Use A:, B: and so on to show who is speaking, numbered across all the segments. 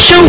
A: 生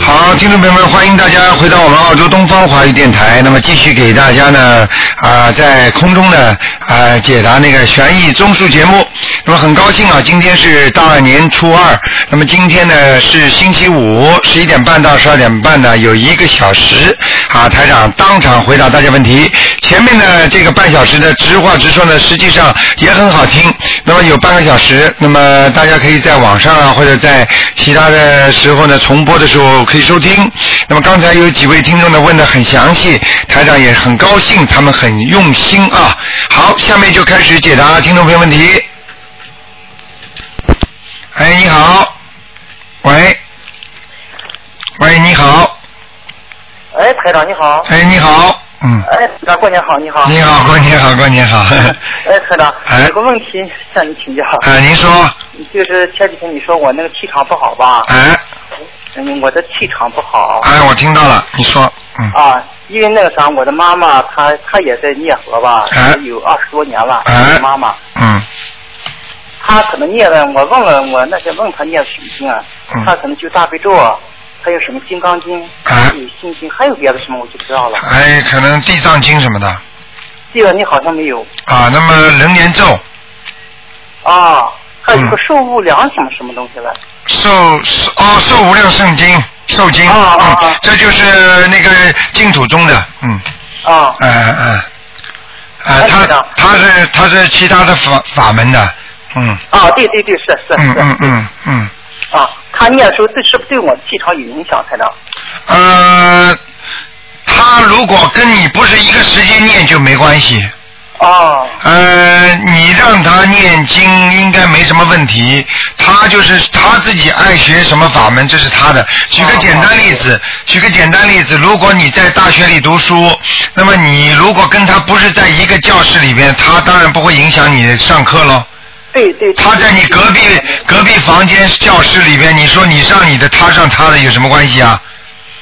B: 好，听众朋友们，欢迎大家回到我们澳洲东方华语电台。那么继续给大家呢，啊、在空中呢，啊、解答那个悬疑综述节目。那么很高兴啊，今天是大年初二，那么今天呢是星期五，十一点半到十二点半呢有一个小时啊，台长当场回答大家问题。前面呢这个半小时的直话直说呢，实际上也很好听。那么有半个小时，那么大家可以在网上啊，或者在其他的时候呢重播的时候可以收听。那么刚才有几位听众呢问的很详细，台长也很高兴，他们很用心啊。好，下面就开始解答听众朋友问题。哎，你好，喂，喂，你好，
C: 哎，台长你好。
B: 哎，你好，嗯，
C: 哎，台长过年好，你好。
B: 你好，过年好，过年 好，
C: 哎，台长
B: 哎，
C: 有个问题向你请教，
B: 哎，您说，
C: 就是前几天你说我那个气场不好吧？
B: 哎，
C: 嗯，我的气场不好
B: 哎，我听到了，你说，嗯，
C: 啊，因为那个啥，我的妈妈她她也在涅河吧
B: 哎，
C: 有二十多年了。
B: 哎
C: 我的妈妈，
B: 嗯，
C: 她可能念的，我问了我那些问她念什么经啊
B: 嗯，
C: 她可能就大悲咒，啊还有什么金刚经，
B: 哎
C: 还有心经，还有别的什么我就不知道了。
B: 哎，可能地藏经什么的
C: 这个你好像没有
B: 啊，那么楞严咒，
C: 啊，还有一个
B: 嗯
C: 受无良想什么东西来。
B: 受受哦，受无量圣经，受经，
C: 啊啊啊
B: 嗯，这就是那个净土宗的，嗯，
C: 啊
B: 哎哎哎，哎，
C: 哎
B: 他
C: 知道
B: 他是他是其他的法法门的，嗯。
C: 啊，对对对，是是
B: 嗯
C: 是、
B: 嗯嗯嗯，
C: 啊，他念的时候对是不是对我的气场有影响，台长？
B: 呃，他如果跟你不是一个时间念就没关系。
C: 哦
B: 呃，你让他念经应该没什么问题，他就是他自己爱学什么法门，这是他的。举个简单例子，举个简单例子，如果你在大学里读书，那么你如果跟他不是在一个教室里边，他当然不会影响你上课喽。
C: 对对。对
B: 他在你隔壁隔壁房间教室里边，你说你上你的，他上他的，有什么关系啊？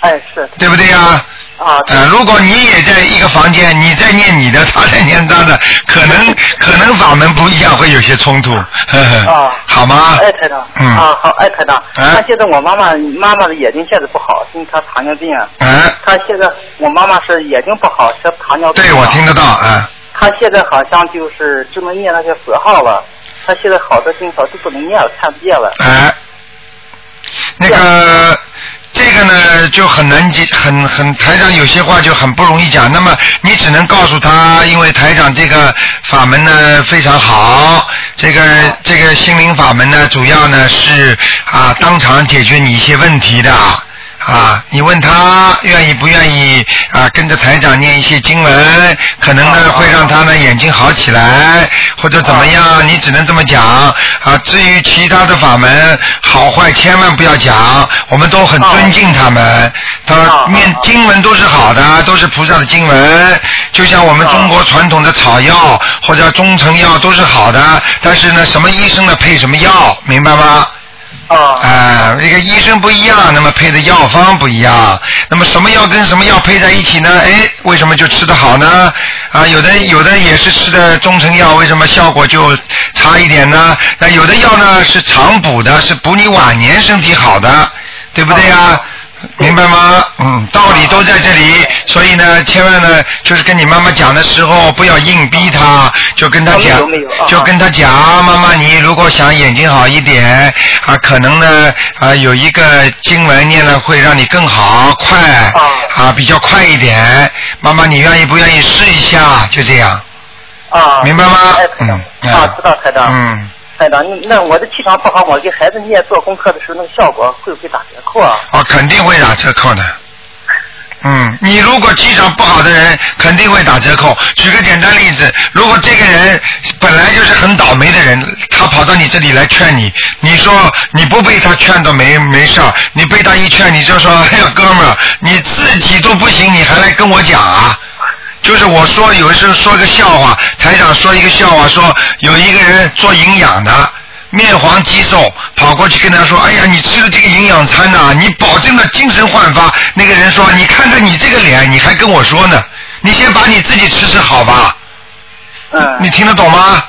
C: 哎是
B: 对不对呀、
C: 啊，对
B: 呃，如果你也在一个房间，你在念你的，他在念他的，可能可能法门不一样，会有些冲突，呵呵
C: 啊
B: 好吗？
C: 哎台长，
B: 嗯
C: 啊好，哎台长，
B: 哎
C: 那现在我妈妈妈妈的眼睛现在不好，因为她糖尿病啊。
B: 哎，
C: 她现在我妈妈是眼睛不好，是糖尿病。
B: 对，我听。得到啊。
C: 她现在好像就是只能念那些佛号了，她现在好多经条都不能念了，看不见了。
B: 哎，那个这个呢就很难解，很很台长有些话就很不容易讲。那么你只能告诉他，因为台长这个法门呢非常好，这个这个心灵法门呢主要呢是啊当场解决你一些问题的。啊，你问他愿意不愿意啊，跟着台长念一些经文，可能呢会让他呢眼睛好起来，或者怎么样，你只能这么讲啊。至于其他的法门好坏，千万不要讲，我们都很尊敬他们。他
C: 啊
B: 念
C: 啊
B: 经文都是好的，都是菩萨的经文，就像我
C: 啊
B: 们中国传统的草药或者中成药都是好的，但是呢，什么医生呢配什么药，明白吗？
C: 啊
B: 啊，这个医生不一样，那么配的药方不一样，那么什么药跟什么药配在一起呢？哎，为什么就吃得好呢？啊，有的有的也是吃的中成药，为什么效果就差一点呢？那有的药呢是常补的，是补你晚年身体好的，对不对呀、
C: 哦
B: 明白吗？嗯，道理都在这里，所以呢，千万呢，就是跟你妈妈讲的时候，不要硬逼她，就跟她讲
C: 哦没有没有，啊
B: 就跟她讲，妈妈，你如果想眼睛好一点，啊，可能呢，啊，有一个经文念了会让你更好，快，
C: 哦
B: 啊，比较快一点。妈妈，你愿意不愿意试一下？就这样，
C: 啊。
B: 明白吗
C: 哎？台
B: 嗯
C: 长，啊，知道台长。
B: 嗯，
C: 台长，哎那那我的气场不好，我给孩子念做功课的时候，那个效果会不会打折扣啊？
B: 哦，肯定会打折扣的。嗯，你如果气场不好的人，肯定会打折扣。举个简单例子，如果这个人本来就是很倒霉的人，他跑到你这里来劝你，你说你不被他劝都没没事儿，你被他一劝，你就说，哎呀，哥们儿，你自己都不行，你还来跟我讲啊？就是我说有一次说个笑话，台长说一个笑话，说有一个人做营养的，面黄肌瘦，跑过去跟他说：“哎呀，你吃了这个营养餐呐、你保证了精神焕发。”那个人说：“你看看你这个脸，你还跟我说呢？你先把你自己吃吃好吧。
C: 嗯，
B: 你听得懂吗？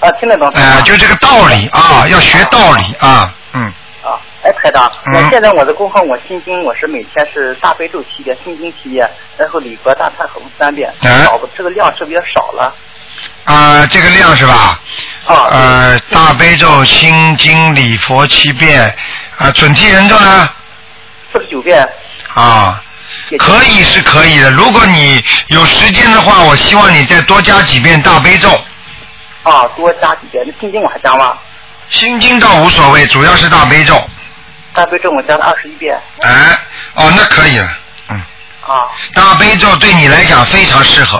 C: 啊，听得懂。
B: 哎、就这个道理啊，要学道理啊，嗯，
C: 啊，哎，台长，
B: 嗯
C: 我现在我的功课，我心经我是每天是大悲咒七遍，心经七遍，然后礼佛大忏悔文三遍，
B: 哎
C: 少了这个量是不是有点少了？
B: 啊、这个量是吧？
C: 啊，
B: 呃，大悲咒、心经、礼佛七遍，啊、准提人咒呢？
C: 四十九遍
B: 啊，
C: 也
B: 可以是可以的。如果你有时间的话，我希望你再多加几遍大悲咒。
C: 啊，多加几遍。那心经我还加吗？
B: 心经倒无所谓，主要是大悲咒。
C: 大悲咒我加了二十一遍
B: 哎，哦，那可以了。嗯，
C: 啊
B: 大悲咒对你来讲非常适合，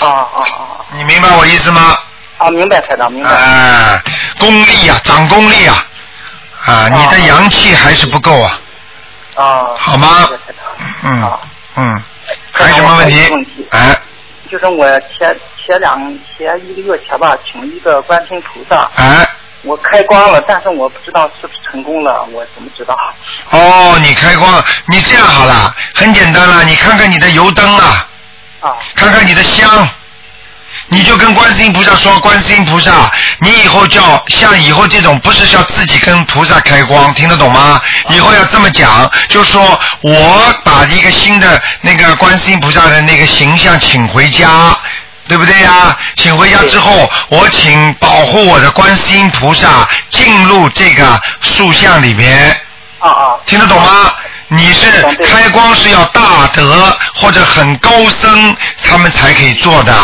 C: 啊啊啊
B: 你明白我意思吗？
C: 啊！明白，台长，明白。
B: 哎，功力呀、长功力呀、啊，你的阳气还是不够啊。
C: 啊，
B: 好吗
C: 谢谢台长
B: 嗯
C: 啊，
B: 嗯，还有什么问
C: 还有一个
B: 题
C: 问题？
B: 哎
C: 就是我前前两前一个月前吧，请一个观世音菩萨，
B: 哎，
C: 我开光了，但是我不知道是不是成功了，我怎么知道？
B: 哦，你开光，你这样好了，很简单了，你看看你的油灯啊，
C: 啊
B: 看看你的香，你就跟观世音菩萨说，观世音菩萨，你以后叫像以后这种不是叫自己跟菩萨开光，听得懂吗？以后要这么讲，就说我把一个新的那个观世音菩萨的那个形象请回家。对不对呀、请回家之后，我请保护我的观世音菩萨进入这个塑像里面，
C: 啊啊！
B: 听得懂吗？你是开光是要大德或者很高僧他们才可以做的。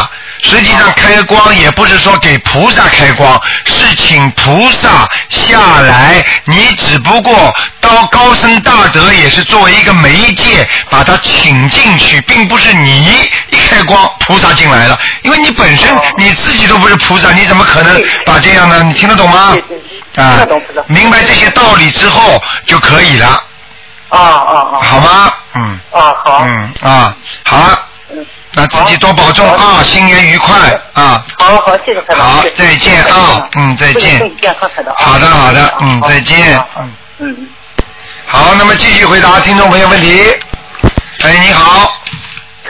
B: 实际
C: 啊
B: 上开光也不是说给菩萨开光，是请菩萨下来。你只不过当高僧大德也是作为一个媒介把他请进去，并不是你一开光菩萨进来了，因为你本身
C: 哦
B: 你自己都不是菩萨，你怎么可能把这样的？你听得懂吗
C: 对对？对听
B: 啊
C: 得懂知道，
B: 明白这些道理之后就可以了。
C: 啊啊啊！
B: 好吗？嗯
C: 啊好，
B: 嗯啊，好了，
C: 嗯，
B: 那自己多保重啊，新年愉快啊！
C: 好好，谢谢台长。
B: 好
C: 谢谢
B: 再见啊嗯再见
C: 祝你身体健康，台长。啊
B: 好的好的嗯
C: 好
B: 再见
C: 好
B: 嗯
C: 嗯。
B: 好，那么继续回答听众朋友问题。哎，你好，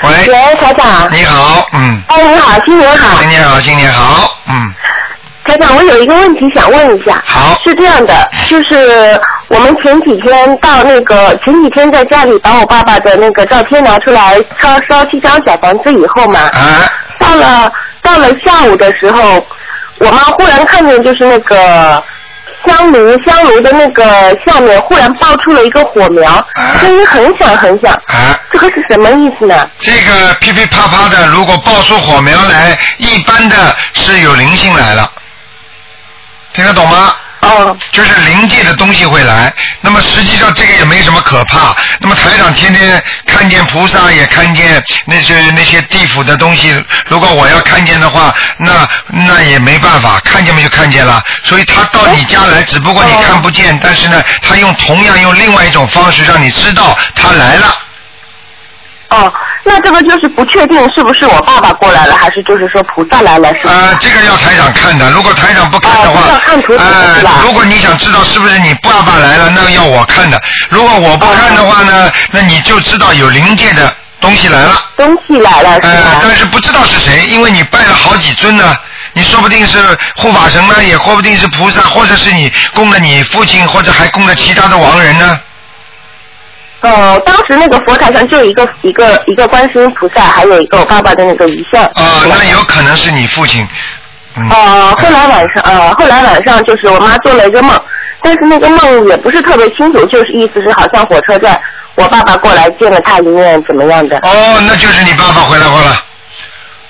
B: 喂，
D: 喂，台长。
B: 你好，嗯，
D: 哎，你好，新年
C: 啊
D: 好
B: 新，年好，新年好，嗯，
D: 台长，我有一个问题想问一下。
B: 好哎
D: 是这样的，就是我们前几天到那个前几天在家里把我爸爸的那个照片拿出来烧烧七张小房子以后嘛，
C: 啊
B: 哎，
D: 到了到了下午的时候，我妈忽然看见就是那个。香炉，香炉的那个下面忽然爆出了一个火苗，声音很响很响，
B: 哎。
D: 这个是什么意思呢？
B: 这个噼噼啪啪的，如果爆出火苗来，一般的是有灵性来了，听得懂吗？
D: 哦，
B: 就是灵界的东西会来。那么实际上这个也没什么可怕。那么台长天天看见菩萨，也看见那些那些地府的东西。如果我要看见的话，那那也没办法，看见嘛就看见了。所以他到你家来，只不过你看不见，但是呢，他用同样用另外一种方式让你知道他来了。
D: 哦，那这个就是不确定是不是我爸爸过来了，还是就是说菩萨来了，是吧？
B: 啊，这个要台长看的，如果台长不看的话呃
D: 哦不要，看图纸是吧
B: 如果你想知道是不是你爸爸来了，那要我看的。如果我不看的话呢，那你就知道有灵界的东西来了，
D: 东西来哎了，是
B: 呃，
D: 吧？
B: 但是不知道是谁，因为你拜了好几尊呢。你说不定是护法神啊呢，也说不定是菩萨，或者是你供了你父亲，或者还供了其他的亡人呢。
D: 哦，当时那个佛台上就一个一个一个观世音菩萨，还有一个我爸爸的那个遗像。
B: 啊、那有可能是你父亲。嗯。
D: 哦，后来晚上，呃，后来晚上就是我妈做了一个梦，但是那个梦也不是特别清楚，就是意思是好像火车站，我爸爸过来见了他一面，怎么样的？
B: 哦，那就是你爸爸回来过了，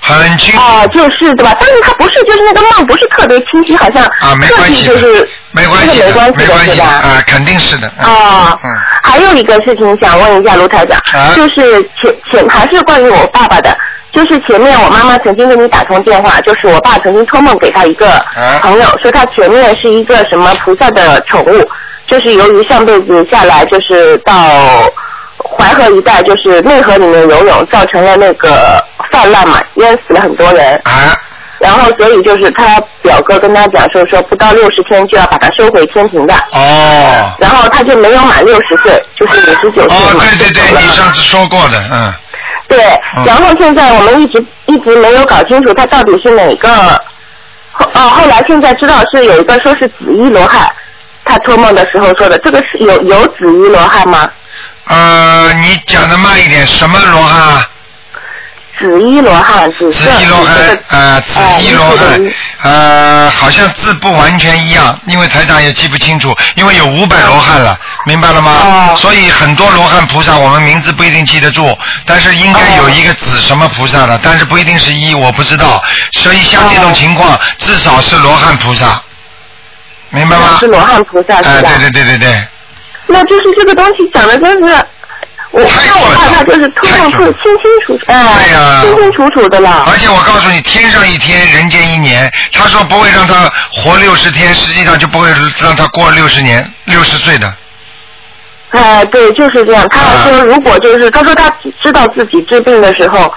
B: 很清楚。
D: 哦，就是对吧？但是他不是，就是那个梦不是特别清晰，好像
B: 啊，没
D: 特
B: 关
D: 地
B: 系
D: 就
B: 的
D: 是，
B: 没关系
D: 这
B: 的，
D: 个没关系
B: 没
D: 的
B: 关系
D: 是
B: 的
D: 吧？
B: 啊，肯定是的。嗯
D: 哦，
B: 嗯，
D: 还有一个事情想问一下卢台长，
B: 啊
D: 就是前前还是关于我爸爸的，就是前面我妈妈曾经跟你打通电话，就是我爸曾经托梦给他一个
B: 啊
D: 朋友，说他前面是一个什么菩萨的宠物，就是由于上辈子下来就是到淮河一带就是内河里面游泳，造成了那个泛滥嘛，淹死了很多人。
B: 啊，
D: 然后所以就是他表哥跟他讲说说不到六十天就要把他收回天庭的，
B: 哦。
D: 然后他就没有满六十岁，就是五十九岁
B: 哦，
D: 嘛，
B: 对对
D: 就走
B: 对，
D: 了
B: 你
D: 嘛
B: 上嗯次说过的，嗯，
D: 对，然后现在我们一直一直没有搞清楚他到底是哪个，后哦，后来现在知道是有一个说是紫衣罗汉，他托梦的时候说的，这个是有有紫衣罗汉吗？
B: 呃，你讲的慢一点，什么罗汉啊？
D: 紫衣罗汉，紫
B: 紫
D: 色
B: 衣罗
D: 紫色
B: 汉
D: 的，
B: 呃，紫
D: 哎啊
B: 衣罗汉，呃，好像字不完全一样，因为台长也记不清楚，因为有五百罗汉了，明白了吗？
D: 哦
B: 所以很多罗汉菩萨我们名字不一定记得住，但是应
D: 哦
B: 该有一个紫什么菩萨的，但是不一定是一，我不知道。所以像
D: 哦
B: 这种情况，至少是罗汉菩萨，明白吗
D: 哦是？罗汉菩萨
B: 哎，
D: 是吧？
B: 对对对对对。
D: 那就是这个东西讲的真是。我
B: 太
D: 那我
B: 准
D: 怕
B: 了
D: 他就是托
B: 太
D: 梦
B: 准
D: 特
B: 了
D: 清清楚楚，哎
B: 对呀，
D: 清清楚楚的了。
B: 而且我告诉你，天上一天，人间一年。他说不会让他活六十天，实际上就不会让他过六十年、六十岁的。
D: 哎，对，就是这样。他
B: 啊
D: 说，如果就是他说他知道自己治病的时候，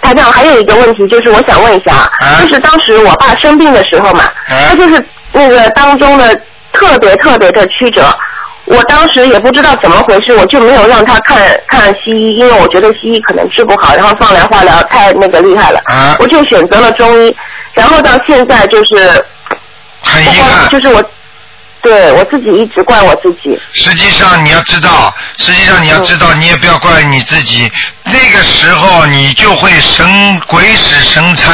D: 台长还有一个问题，就是我想问一下，
B: 啊
D: 就是当时我爸生病的时候嘛，
B: 啊
D: 他就是那个当中的特别特别的曲折。我当时也不知道怎么回事，我就没有让他看看西医，因为我觉得西医可能治不好，然后放疗化疗太那个厉害了，
B: 啊
D: 我就选择了中医。然后到现在就是
B: 很
D: 不
B: 遗
D: 光
B: 憾，
D: 就是我，对我自己一直怪我自己。
B: 实际上你要知道，实际上你要知道，你也不要怪你自己。那个时候你就会神鬼使神差。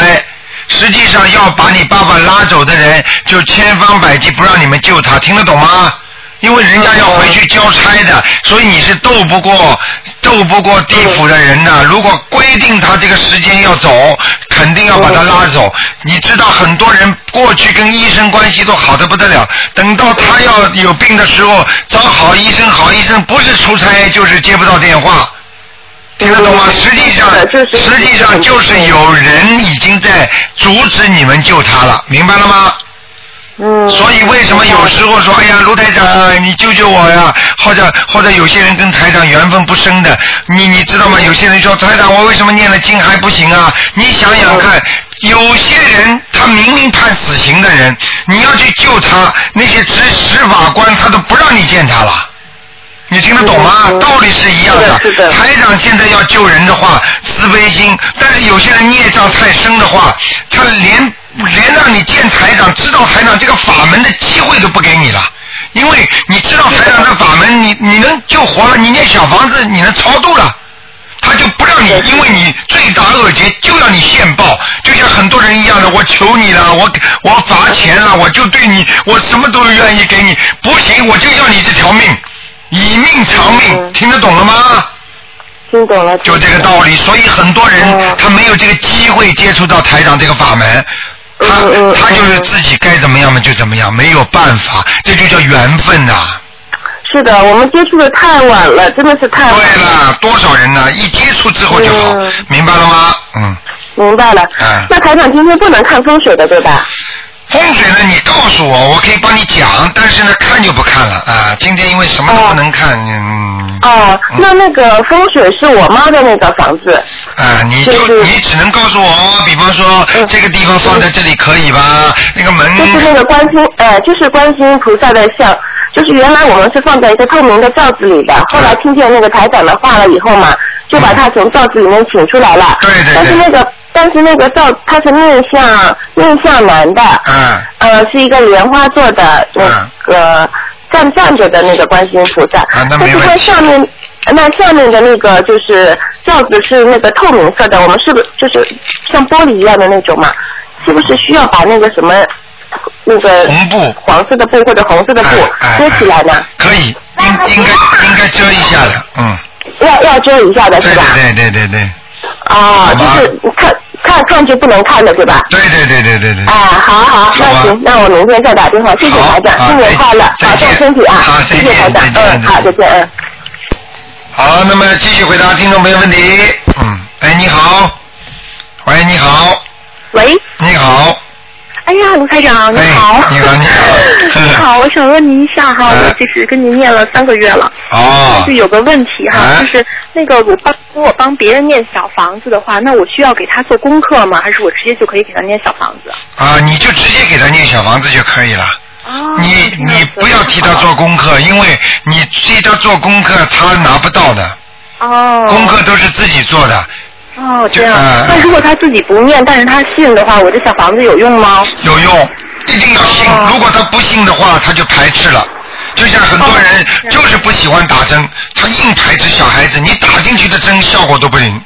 B: 实际上要把你爸爸拉走的人，就千方百计不让你们救他，听得懂吗？因为人家要回去交差的，所以你是斗不过斗不过地府的人
D: 嗯
B: 的。如果规定他这个时间要走，肯定要把他拉走。你知道很多人过去跟医生关系都好的不得了，等到他要有病的时候，找好医生，好医生不是出差就是接不到电话。听得懂吗？实际上
D: 嗯是的这，是
B: 实际上就是有人已经在阻止你们救他了，明白了吗？
D: 嗯，
B: 所以为什么有时候说，哎呀，卢台长，你救救我呀？或者或者有些人跟台长缘分不深的，你你知
D: 嗯
B: 道吗？有些人说，台长，我为什么念了经还不行啊？你想想
D: 嗯
B: 看，有些人他明明判死刑的人，你要去救他，那些执执法官他都不让你见他了。你听得懂吗？
D: 嗯
B: 道理是一样
D: 是的是的
B: 台长现在要救人的话，慈悲心；但是有些人孽障太深的话，他连连让你见台长、知道台长这个法门的机会都不给你了。因为你知道台长的法门，你你能救活了，你念小房子，你能超度了，他就不让你，因为你罪大恶极，就要你现报，就像很多人一样的，我求你了，我我罚钱了，我就对你，我什么都愿意给你，不行我就要你这条命，以命偿命，
D: 嗯
B: 听得懂了吗？
D: 听懂了，
B: 就这个道理，所以很多人
D: 嗯
B: 他没有这个机会接触到台长这个法门，他
D: 嗯嗯
B: 他就是
D: 嗯
B: 自己该怎么样嘛就怎么样，没有办法，这就叫缘分呐、
D: 是的，我们接触的太晚了，真的是太晚
B: 对了，多少人呢？一接触之后就好，
D: 嗯
B: 明白了吗？嗯，
D: 明白了。
B: 嗯
D: 那台长今天不能看风水的，对吧？
B: 风水呢，你告诉我，我可以帮你讲，但是呢，看就不看了啊。今天因为什么都不能看，嗯，
D: 哦，
B: 嗯
D: 那那个风水是我妈的那个房子。
B: 啊，你就
D: 就是
B: 你只能告诉我，比方说
D: 嗯
B: 这个地方放在这里可以吧？那个门
D: 就是那个观心，呃，就是观心菩萨的像，就是原来我们是放在一个透明的罩子里的，
B: 嗯
D: 后来听见那个台长的话了以后嘛，就把它从罩子里面请出来了。
B: 对对对
D: 但是那个，但是那个罩，它是面向面向南的，
B: 嗯
D: 呃，是一个莲花座的那个呃站站着的那个观世音菩萨，
B: 啊那
D: 但
B: 没
D: 是
B: 问题
D: 它下面。呃那下面的那个就是罩子是那个透明色的，我们是不是就是像玻璃一样的那种嘛？是不是需要把那个什么那个
B: 红布
D: 黄色的布或者红色的布
B: 哎哎
D: 遮起来呢？
B: 可以，应应该应该遮一下的，嗯，
D: 要要遮一下的
B: 对
D: 是吧？
B: 对对对对对，
D: 啊，
B: 好吧
D: 就是看看看就不能看的对吧？
B: 对对对对对对。
D: 啊，好好，
B: 好吧
D: 那行，那我明天再打电话，谢谢
B: 好
D: 台
B: 好
D: 长，新年快乐，
B: 再
D: 保
B: 见
D: 重身体啊
B: 好，
D: 谢
B: 再
D: 谢
B: 见
D: 台长
B: 再，见
D: 嗯，好，
B: 再
D: 再
B: 见
D: 见，嗯。
B: 好，那么继续回答听众朋友问题。嗯，哎，你好，喂，你好，
E: 喂，
B: 你好，
E: 哎呀，
D: 啊，卢台长，你好。
B: 哎你好，你 好。嗯
D: 你好，我想问您一下哈，我就是跟您念了三个月了，
B: 哦
D: 就，有个问题哈，
B: 哎
D: 就是那个我帮如果帮别人念小房子的话，那我需要给他做功课吗？还是我直接就可以给他念小房子？
B: 啊，你就直接给他念小房子就可以了。
D: 哦
B: 你你不要替他做功课，因为你替他做功课，他拿不到的，
D: 哦。
B: 功课都是自己做的，
D: 哦，
B: 就
D: 这样。
B: 哎
D: 那如果他自己不念，但是他信的话，我这小房子有用吗？
B: 有用，一定要信。
D: 哦
B: 如果他不信的话，他就排斥了。就像很多人就是不喜欢打针，他硬排斥小孩子，你打进去的针效果都不灵。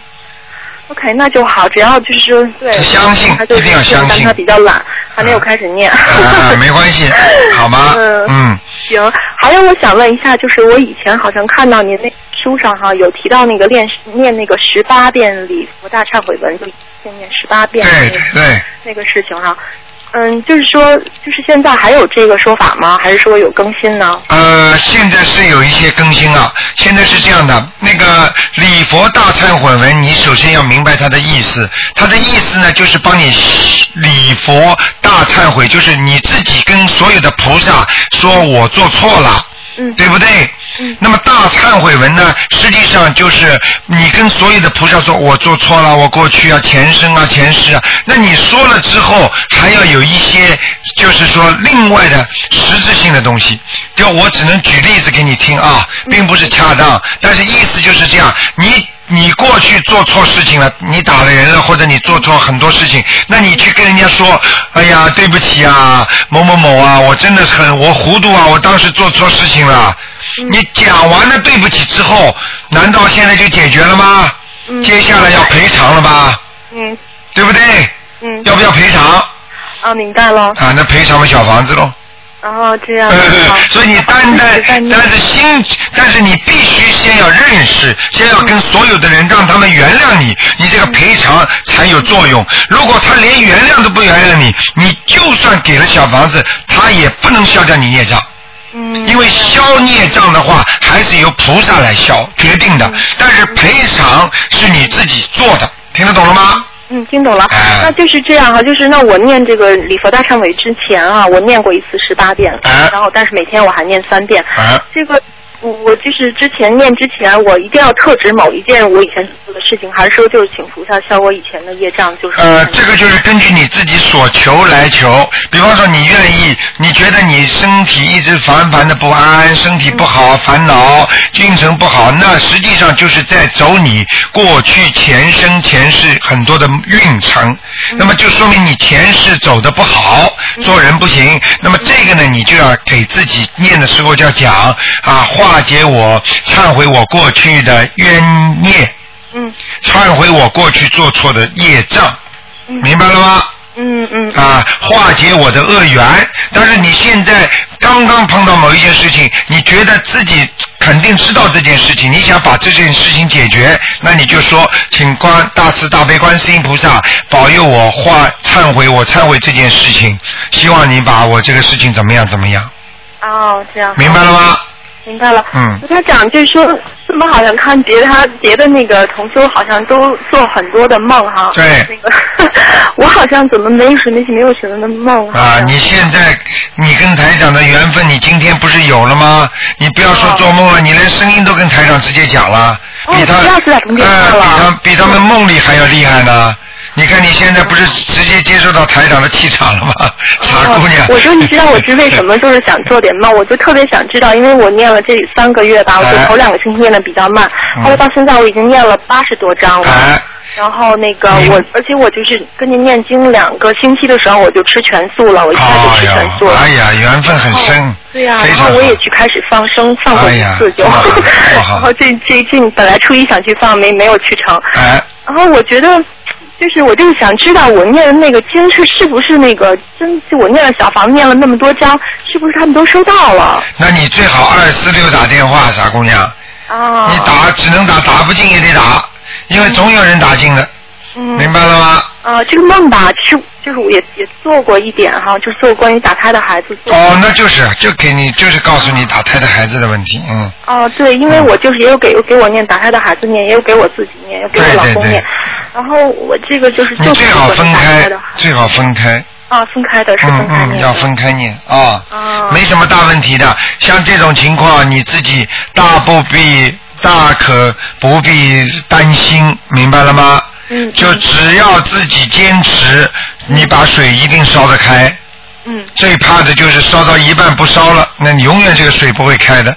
D: OK，那就好，只要就是说对，
B: 相信
D: 他就
B: 一定要相信
D: 但他比较懒，还没有开始念。
B: 啊，没关系，好吗？
D: 嗯
B: 嗯，
D: 行，还有我想问一下，就是我以前好像看到您那书上哈有提到那个练念那个十八遍礼佛大忏悔文，就先念十八遍
B: 对
D: 那
B: 对
D: 个
B: 对，
D: 那个事情哈。嗯，就是说，就是现在还有这个说法吗？还是说有更新呢？
B: 呃，现在是有一些更新啊。现在是这样的，那个礼佛大忏悔文，你首先要明白它的意思。它的意思呢，就是帮你礼佛大忏悔，就是你自己跟所有的菩萨说，我做错了。
D: 嗯
B: 对不对？
D: 嗯
B: 那么大忏悔文呢，实际上就是你跟所有的菩萨说，我做错了，我过去啊、前生啊、前世啊。那你说了之后，还要有一些，就是说另外的实质性的东西。就我只能举例子给你听啊，并不是恰
D: 嗯
B: 当，但是意思就是这样。你你过去做错事情了，你打了人了，或者你做错很多事情，那你去跟人家说，哎呀，对不起啊，某某某啊，我真的很我糊涂啊，我当时做错事情了。
D: 嗯
B: 你讲完了对不起之后，难道现在就解决了吗？
D: 嗯
B: 接下来要赔偿了吧？
D: 嗯
B: 对不对？
D: 嗯，
B: 要不要赔偿
D: 啊，明白了。
B: 啊？那赔偿我小房子喽。
D: 哦，这样。好
B: 呃，所以你 单
D: 一直在
B: 单，
D: 念嗯
B: 但是心，但是你必须先要认识，先要跟所有的人让他们原谅你，你这个赔偿才有作
D: 嗯
B: 用。如果他连原谅都不原谅你，你就算给了小房子，他也不能消掉你孽障。
D: 嗯，
B: 因为消孽障的话，还是由菩萨来消决定
D: 嗯
B: 的，但是赔偿是你自己做的，听得懂了吗？
D: 嗯，听懂了。
B: 哎
D: 那就是这样哈，就是那我念这个礼佛大忏悔之前啊，我念过一次十八遍，
B: 哎
D: 然后但是每天我还念三遍。
B: 啊，
D: 这个我我就是之前念之前，我一定要特指某一件我以前做的事情，还是说就是请菩萨消我以前的业障？就是
B: 呃，这个就是根据你自己所求来求。比方说，你愿意，你觉得你身体一直烦烦的不安，身体不好，烦恼，运程不好，那实际上就是在走你过去前生前世很多的运程。那么就说明你前世走的不好，做人不行。那么这个呢，你就要给自己念的时候就要讲啊，化解我忏悔我过去的冤孽。
D: 嗯
B: 忏悔我过去做错的业障，
D: 嗯
B: 明白了吗？
D: 嗯嗯
B: 啊，化解我的恶缘。但是你现在刚刚碰到某一件事情，你觉得自己肯定知道这件事情，你想把这件事情解决，那你就说，请观大慈大悲观世音菩萨保佑我化忏悔我忏悔这件事情，希望你把我这个事情怎么样怎么样，
D: 哦，这样
B: 啊明白了吗？
D: 明白了。
B: 嗯
D: 卢台长就是说，怎么好像看别他别的那个同修好像都做很多的梦哈？
B: 对
D: 那个 我好像怎么没有什么没有什么的梦
B: 啊，你现在你跟台长的缘分，你今天不是有了吗？你不要说做梦了，啊你连声音都跟台长直接讲了，
D: 哦
B: 比他
D: 不要
B: 呃
D: 是打通电话了哦
B: 比他比他们梦里还要厉害呢。你看你现在不是直接接受到台长的气场了吗？ 傻姑娘，
D: 哦我说你知道我是为什么就是想做点梦，我就特别想知道，因为我念了这三个月吧，我就
B: 哎
D: 头两个星期念的比较慢，
B: 嗯
D: 后来到现在我已经念了八十多章 了。
B: 哎，
D: 然后那个
B: 嗯
D: 我，而且我就是跟您念经两个星期的时候，我就吃全素了，我一下就
B: 哎
D: 吃
B: 呀
D: 全素，了。
B: 哎呀，缘分很深
D: 哦，对呀、
B: 非
D: 然
B: 常
D: 后我
B: 好
D: 也去开始放生，放过
B: 哎
D: 一
B: 呀
D: 次就，
B: 这么好这么好
D: 然后这最近本来初一想去放，没没有去成。
B: 哎，
D: 然后我觉得，就是我就是想知道我念的那个经是是不是那个真，就我念了小房念了那么多章，是不是他们都收到了？
B: 那你最好二四六打电话，傻姑娘，
D: 啊，
B: 你打只能打，打不进也得打，因为总有人打进的，
D: 嗯
B: 明白了吗？
D: 啊，这个梦吧，其实就是我也也做过一点哈，就是做关于打胎的孩子做。
B: 哦，那就是就给你就是告诉你打胎的孩子的问题，嗯，
D: 哦，对，因为我就是也有给有给我念打胎的孩子念，也有给我自己念，也有给我
B: 对
D: 老
B: 对
D: 公
B: 对
D: 念。然后我这个就是
B: 你
D: 就
B: 最
D: 是
B: 好
D: 我
B: 分
D: 打
B: 开
D: 胎的孩，
B: 最好分开，
D: 子
E: 啊，分开的是分
B: 嗯
E: 开
B: 嗯，
E: 念
B: 要
E: 的。
B: 分开念啊，
E: 哦
B: 没什么大问题的。像这种情况，你自己大不必大可不必担心，明白了吗？
E: 嗯嗯
B: 就只要自己坚持，你把水一定烧得开。
E: 嗯，
B: 最怕的就是烧到一半不烧了，那你永远这个水不会开的，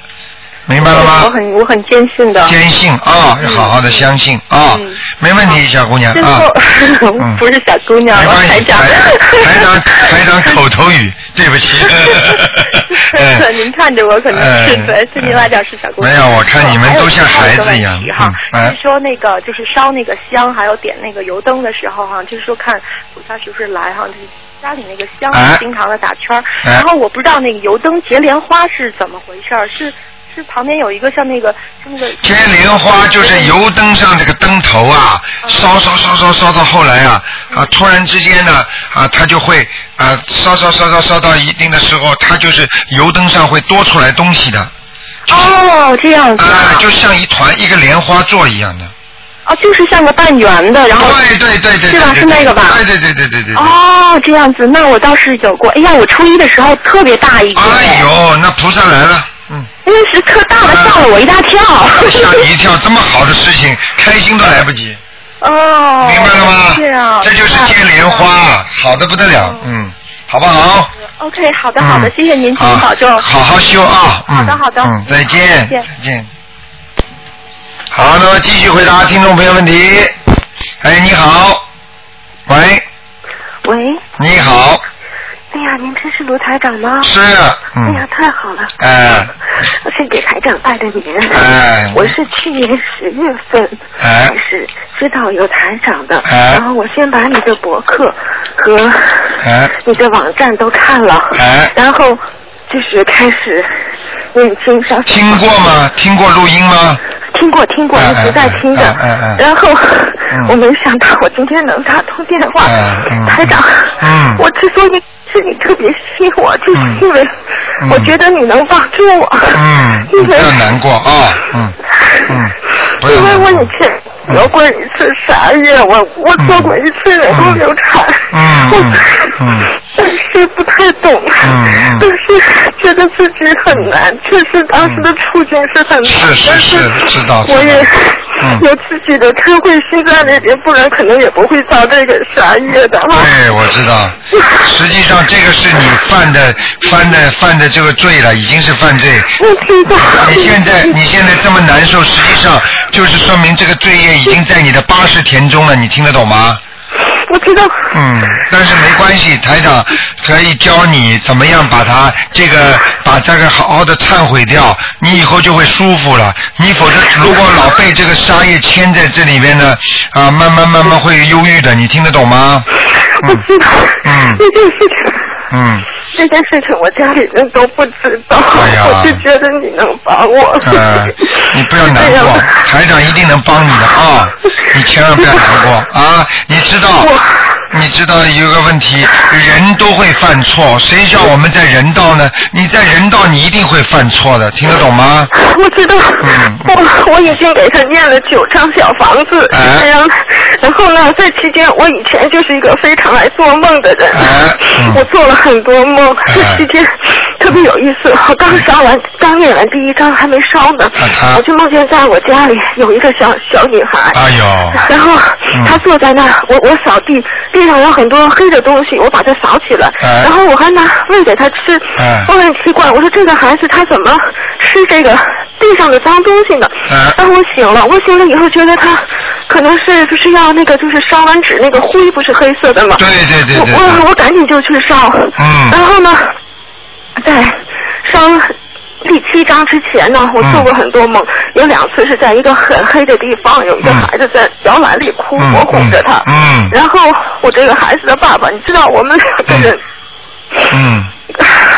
B: 明白了
E: 我
B: 吗？
E: 很我很坚信的。
B: 坚信啊、要好好的相信啊、
E: 嗯
B: 没问题，小姑娘
E: 最
B: 啊
E: 后、，
B: 嗯
E: 不是小姑娘
B: 没
E: 了，
B: 关
E: 台
B: 系，
E: 长。
B: 台长台长口头语，对不起。 嗯
E: 您看着我，可能是呃
B: 嗯
E: 对，是另外点是小姑娘。呃
B: 没有我看你们都像孩子
E: 还有
B: 一样
E: 一个问题哈，
B: 嗯哎
E: 就是说那个就是烧那个香，还有点那个油灯的时候哈，就是说看菩萨是不是来哈，就是家里那个香
B: 哎
E: 经常的打圈儿。
B: 哎
E: 然后我不知道那个油灯结莲花是怎么回事儿，是是旁边有一个像那个是那个
B: 接莲花就是油灯上这个灯头啊，
E: 嗯
B: 烧烧烧烧烧到后来啊啊，突然之间呢啊，它就会啊烧烧烧烧烧到一定的时候，它就是油灯上会多出来东西的
E: 哦这样子
B: 啊，
E: 啊，
B: 就像一团一个莲花座一样的。
E: 哦就是像个半圆的，然后
B: 对对对对，
E: 是吧
B: 对对
E: 是那个吧
B: 对对对对对对。对
E: 哦，这样子，那我倒是有过。哎呀，我初一的时候特别大一个，哎
B: 哎呦，那菩萨来了，嗯。
E: 那是特大的，吓了我一大跳。
B: 啊吓你一跳，这么好的事情，开心都来不及，
E: 哦，
B: 明白了吗？
E: 是啊，
B: 这就是接莲花，好的不得了，嗯，好不好？
E: OK，好的
B: 嗯
E: 好的，谢谢您，请您
B: 好
E: 保重。
B: 好好修啊，嗯
E: 好的好的
B: 嗯，再见，
E: 再见
B: 再见。好，那么继续回答听众朋友问题。哎，你好，喂，
F: 喂，
B: 你好，
F: 哎呀，您真是卢台长吗？
B: 是，
F: 哎呀，
B: 嗯，
F: 太好了！
B: 哎，
F: 先给台长拜个年。
B: 哎
F: 我是去年十月份
B: 哎
F: 开始知道有台长的，
B: 哎
F: 然后我先把你的博客和
B: 哎
F: 你的网站都看了，
B: 哎
F: 然后就是开始念经烧。
B: 听过吗？听过录音吗？
F: 听过听过，
B: 哎
F: 一直在听着
B: 哎哎哎。
F: 然后
B: 嗯
F: 我没想到我今天能打通电话
B: 哎嗯，
F: 台长
B: 嗯。
F: 我之所以是你特别吸引我，就是
B: 嗯
F: 因为
B: 嗯
F: 我觉得你能帮助我。
B: 嗯，
F: 因
B: 不
F: 为
B: 要难过啊、嗯嗯，不嗯要
F: 因为
B: 难
F: 我
B: 过
F: 以。前得过一次傻月，我我做过一次人工流产，
B: 嗯
F: 我
B: 嗯嗯
F: 但是不太懂，
B: 嗯嗯
F: 但是觉得自己很难，确实当时的处境是很难，
B: 是是
F: 但
B: 是知道知道
F: 我也
B: 嗯
F: 有自己的忏悔心在那边，不然可能也不会遭这个傻月的哈。
B: 对，我知道。实际上，这个是你犯的、犯的、犯的这个罪了，已经是犯罪。
F: 我听到
B: 你现在你现在这么难受，实际上就是说明这个罪业已经在你的八十田中了，你听得懂吗？
F: 我知道，
B: 嗯，但是没关系，台长可以教你怎么样把它这个把这个好好的忏悔掉，你以后就会舒服了。你否则如果老被这个沙业牵在这里面呢，啊，慢慢慢慢会忧郁的，你听得懂吗？
F: 我
B: 嗯
F: 知道，
B: 嗯
F: 那件事情。
B: 嗯。
F: 这件事情我家里人都不知道，
B: 哎呀
F: 我就觉得你能帮我。
B: 呃，你不要难过，台长一定能帮你的啊！你千万不要难过啊！你知道，你知道有个问题，人都会犯错，谁叫我们在人道呢？你在人道，你一定会犯错的，听得懂吗？
F: 我知道，
B: 嗯
F: 我我已经给他念了九张小房子，
B: 哎
F: 然后然后呢，在期间我以前就是一个非常爱做梦的人，
B: 哎嗯哎
F: 我做了很多梦，这期间特别有意思。我刚烧完，刚念完第一张还没烧呢，
B: 嗯啊啊
F: 我就梦见在我家里有一个小小女孩，
B: 哎呦，
F: 然后
B: 嗯
F: 他坐在那儿，我我扫地，地上有很多黑的东西，我把它扫起来，
B: 哎
F: 然后我还拿喂给他吃，
B: 哎
F: 我很奇怪，我说这个孩子他怎么吃这个地上的脏东西呢？
B: 哎
F: 然后我醒了，我醒了以后觉得他可能是不是要那个就是烧完纸那个灰不是黑色的吗？
B: 对对对对
F: 我我
B: 对，
F: 我赶紧就去烧，
B: 嗯
F: 然后呢，在烧第七章之前呢，我做过
B: 嗯
F: 很多梦，有两次是在一个很黑的地方，有一个
B: 嗯
F: 孩子在摇篮里哭，
B: 嗯
F: 我哄着他，
B: 嗯
F: 然后我这个孩子的爸爸，你知道我们两个人、
B: 嗯，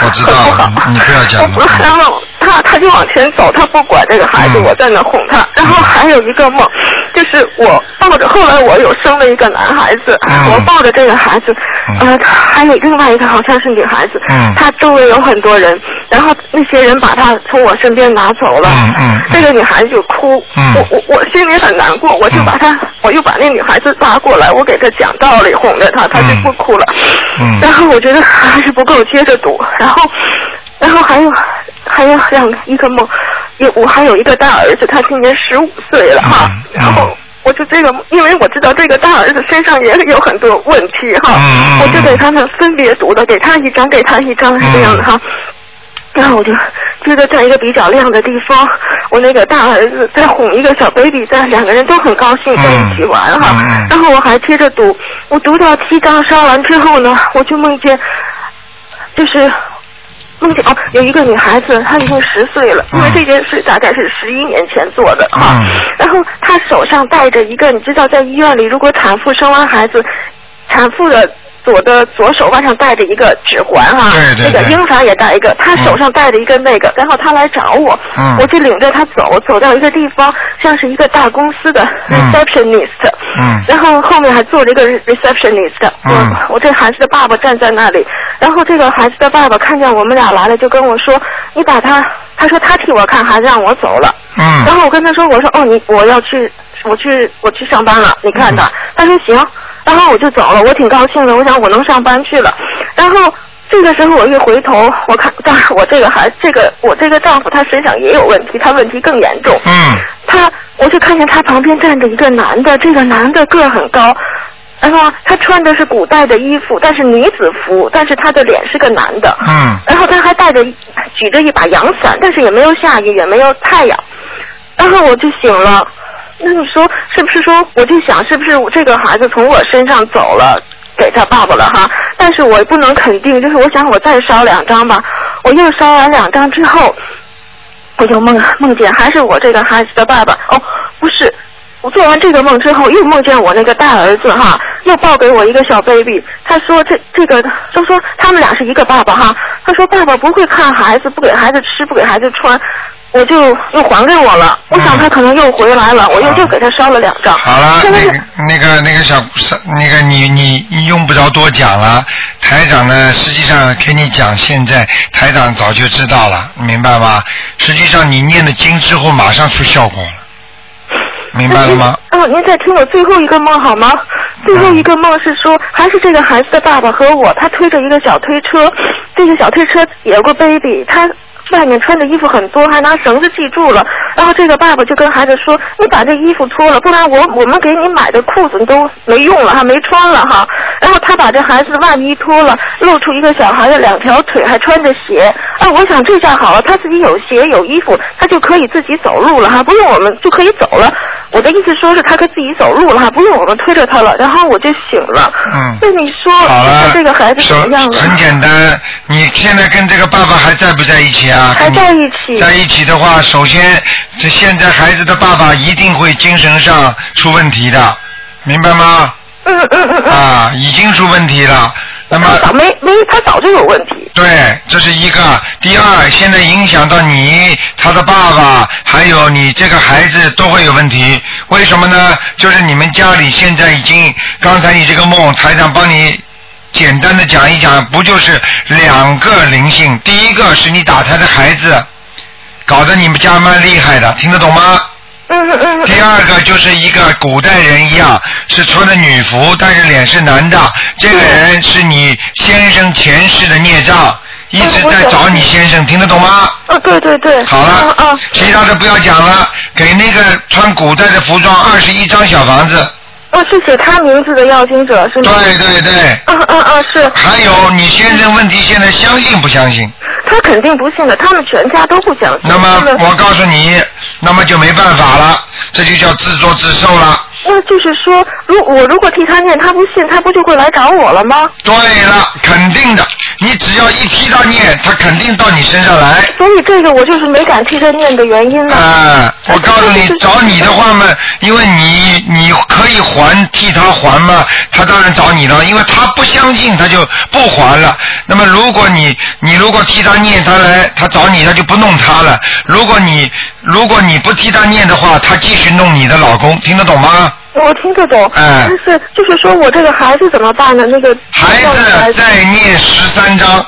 B: 我知
F: 很
B: 道
F: 不好，
B: 你不要讲了嗯
F: 我然后他他他就往前走，他不管这个孩子，我在那哄他。然后还有一个梦，就是我抱着，后来我有生了一个男孩子，
B: 嗯
F: 我抱着这个孩子，呃，还有另外一个好像是女孩子，
B: 嗯
F: 她周围有很多人，然后那些人把她从我身边拿走了，
B: 嗯
F: 这个女孩子就哭，我我我心里很难过，我就把
B: 嗯
F: 她，我就把那女孩子拉过来，我给她讲道理，哄着她，她
B: 嗯
F: 就不哭了。然后我觉得还是不够，接着读，然后。然后还有还有两一个梦，有我还有一个大儿子，他今年十五岁了哈。然后我就这个，因为我知道这个大儿子身上也有很多问题哈，
B: 嗯
F: 我就给他们分别读了，给他一张，给他一张是这样的哈。然后我就觉得在一个比较亮的地方，我那个大儿子在哄一个小 baby，在两个人都很高兴在一起玩哈。然后我还接着读，我读到七章烧完之后呢，我就梦见就是。梦见哦，有一个女孩子，她已经十岁了，因为这件事大概是十一年前做的哈、然后她手上戴着一个，你知道，在医院里，如果产妇生完孩子，产妇的左的左手腕上戴着一个指环哈、
B: 对对
F: 那个
B: 对
F: 英法也戴一个，她手上戴着一个那个，然后她来找我，
B: 嗯
F: 我就领着她走，走到一个地方，像是一个大公司的 receptionist，、
B: 嗯
F: 然后后面还坐着一个 receptionist，我、
B: 嗯
F: 我这孩子的爸爸站在那里，然后这个孩子的爸爸看见我们俩来了，就跟我说：“你把他，他说他替我看孩子，让我走了。”然
B: 嗯
F: 后我跟他说：“我说哦，你我要去，我去我去上班了，你看他。他说：“行。”然后我就走了，我挺高兴的，我想我能上班去了。然后这个时候我一回头，我看，但是我这个孩，这个我这个丈夫他身上也有问题，他问题更严重。
B: 嗯
F: 他，我就看见他旁边站着一个男的，这个男的个儿很高，然后他穿的是古代的衣服，但是女子服，但是他的脸是个男的，
B: 嗯
F: 然后他还带着一举着一把阳伞，但是也没有下雨，也没有太阳，然后我就醒了。那你说是不是说？我就想是不是我这个孩子从我身上走了，给他爸爸了哈？但是我不能肯定，就是我想我再烧两张吧。我又烧完两张之后，我就梦梦见还是我这个孩子的爸爸哦，不是，我做完这个梦之后又梦见我那个大儿子哈，又抱给我一个小 baby，他说这这个就说他们俩是一个爸爸哈，他说爸爸不会看孩子，不给孩子吃，不给孩子穿。我就又还给我了，我想他可能又回来了，我又又给他烧了两张。
B: 好了，
F: 现在
B: 那
F: 是
B: 个那个那个小那个你你你用不着多讲了，台长呢实际上给你讲，现在台长早就知道了，明白吗？实际上你念的经之后马上出效果了，明白了吗？
F: 哦，您再听我最后一个梦好吗？最后一个梦是说，还是这个孩子的爸爸和我，他推着一个小推车，这个小推车也有个 baby，他外面穿的衣服很多，还拿绳子系住了。然后这个爸爸就跟孩子说：“你把这衣服脱了，不然我我们给你买的裤子你都没用了哈，没穿了哈。”然后他把这孩子的外衣脱了，露出一个小孩的两条腿，还穿着鞋。啊，我想这下好了，他自己有鞋有衣服，他就可以自己走路了哈，不用我们就可以走了。我的意思说是他可以自己走路了哈，不用我们推着他了。然后我就醒了。
B: 嗯
F: 那你说
B: 好了，
F: 哦这个孩子怎么样了？
B: 很简单，你现在跟这个爸爸还在不在一起啊？
F: 还在
B: 跟你
F: 一起
B: 在一起的话，首先这现在孩子的爸爸一定会精神上出问题的，明白吗？
F: 嗯嗯嗯嗯。
B: 啊，已经出问题了。那么
F: 他早没没，他早就有问题。
B: 对，这是一个。第二，现在影响到你、他的爸爸，还有你这个孩子都会有问题。为什么呢？就是你们家里现在已经，刚才你这个梦，台长帮你简单的讲一讲，不就是两个灵性？第一个是你打胎的孩子，搞得你们家蛮厉害的，听得懂吗？
F: 嗯嗯嗯。
B: 第二个就是一个古代人一样，是穿的女服，但是脸是男的。这个人是你先生前世的孽障，一直在找你先生，听得懂吗？
F: 哦，对对对。
B: 好
F: 嗯嗯
B: 了，其他的不要讲了，给那个穿古代的服装二十一张小房子。
F: 哦，是写他名字的要经者是吗？
B: 对对对，
F: 嗯嗯嗯，是
B: 还有你先生问题现在相信不相信？
F: 他肯定不信的，他们全家都不相信。
B: 那么
F: 他们
B: 我告诉你，那么就没办法了，这就叫自作自受了。
F: 那就是说，如我如果替他念，他不信，他不就会来找我了吗？
B: 对了，肯定的，你只要一替他念，他肯定到你身上来。
F: 所以这个我就是没敢替他念的原因呢。
B: 啊，我告诉你，找你的话嘛，因为你你可以还替他还嘛，他当然找你了，因为他不相信，他就不还了。那么如果你你如果替他念，他来他找你，他就不弄他了。如果你如果你不替他念的话，他继续弄你的老公，听得懂吗？
F: 我听得懂，
B: 哎
F: 但是就是说我这个孩子怎么办呢？那个
B: 孩子再念十三章，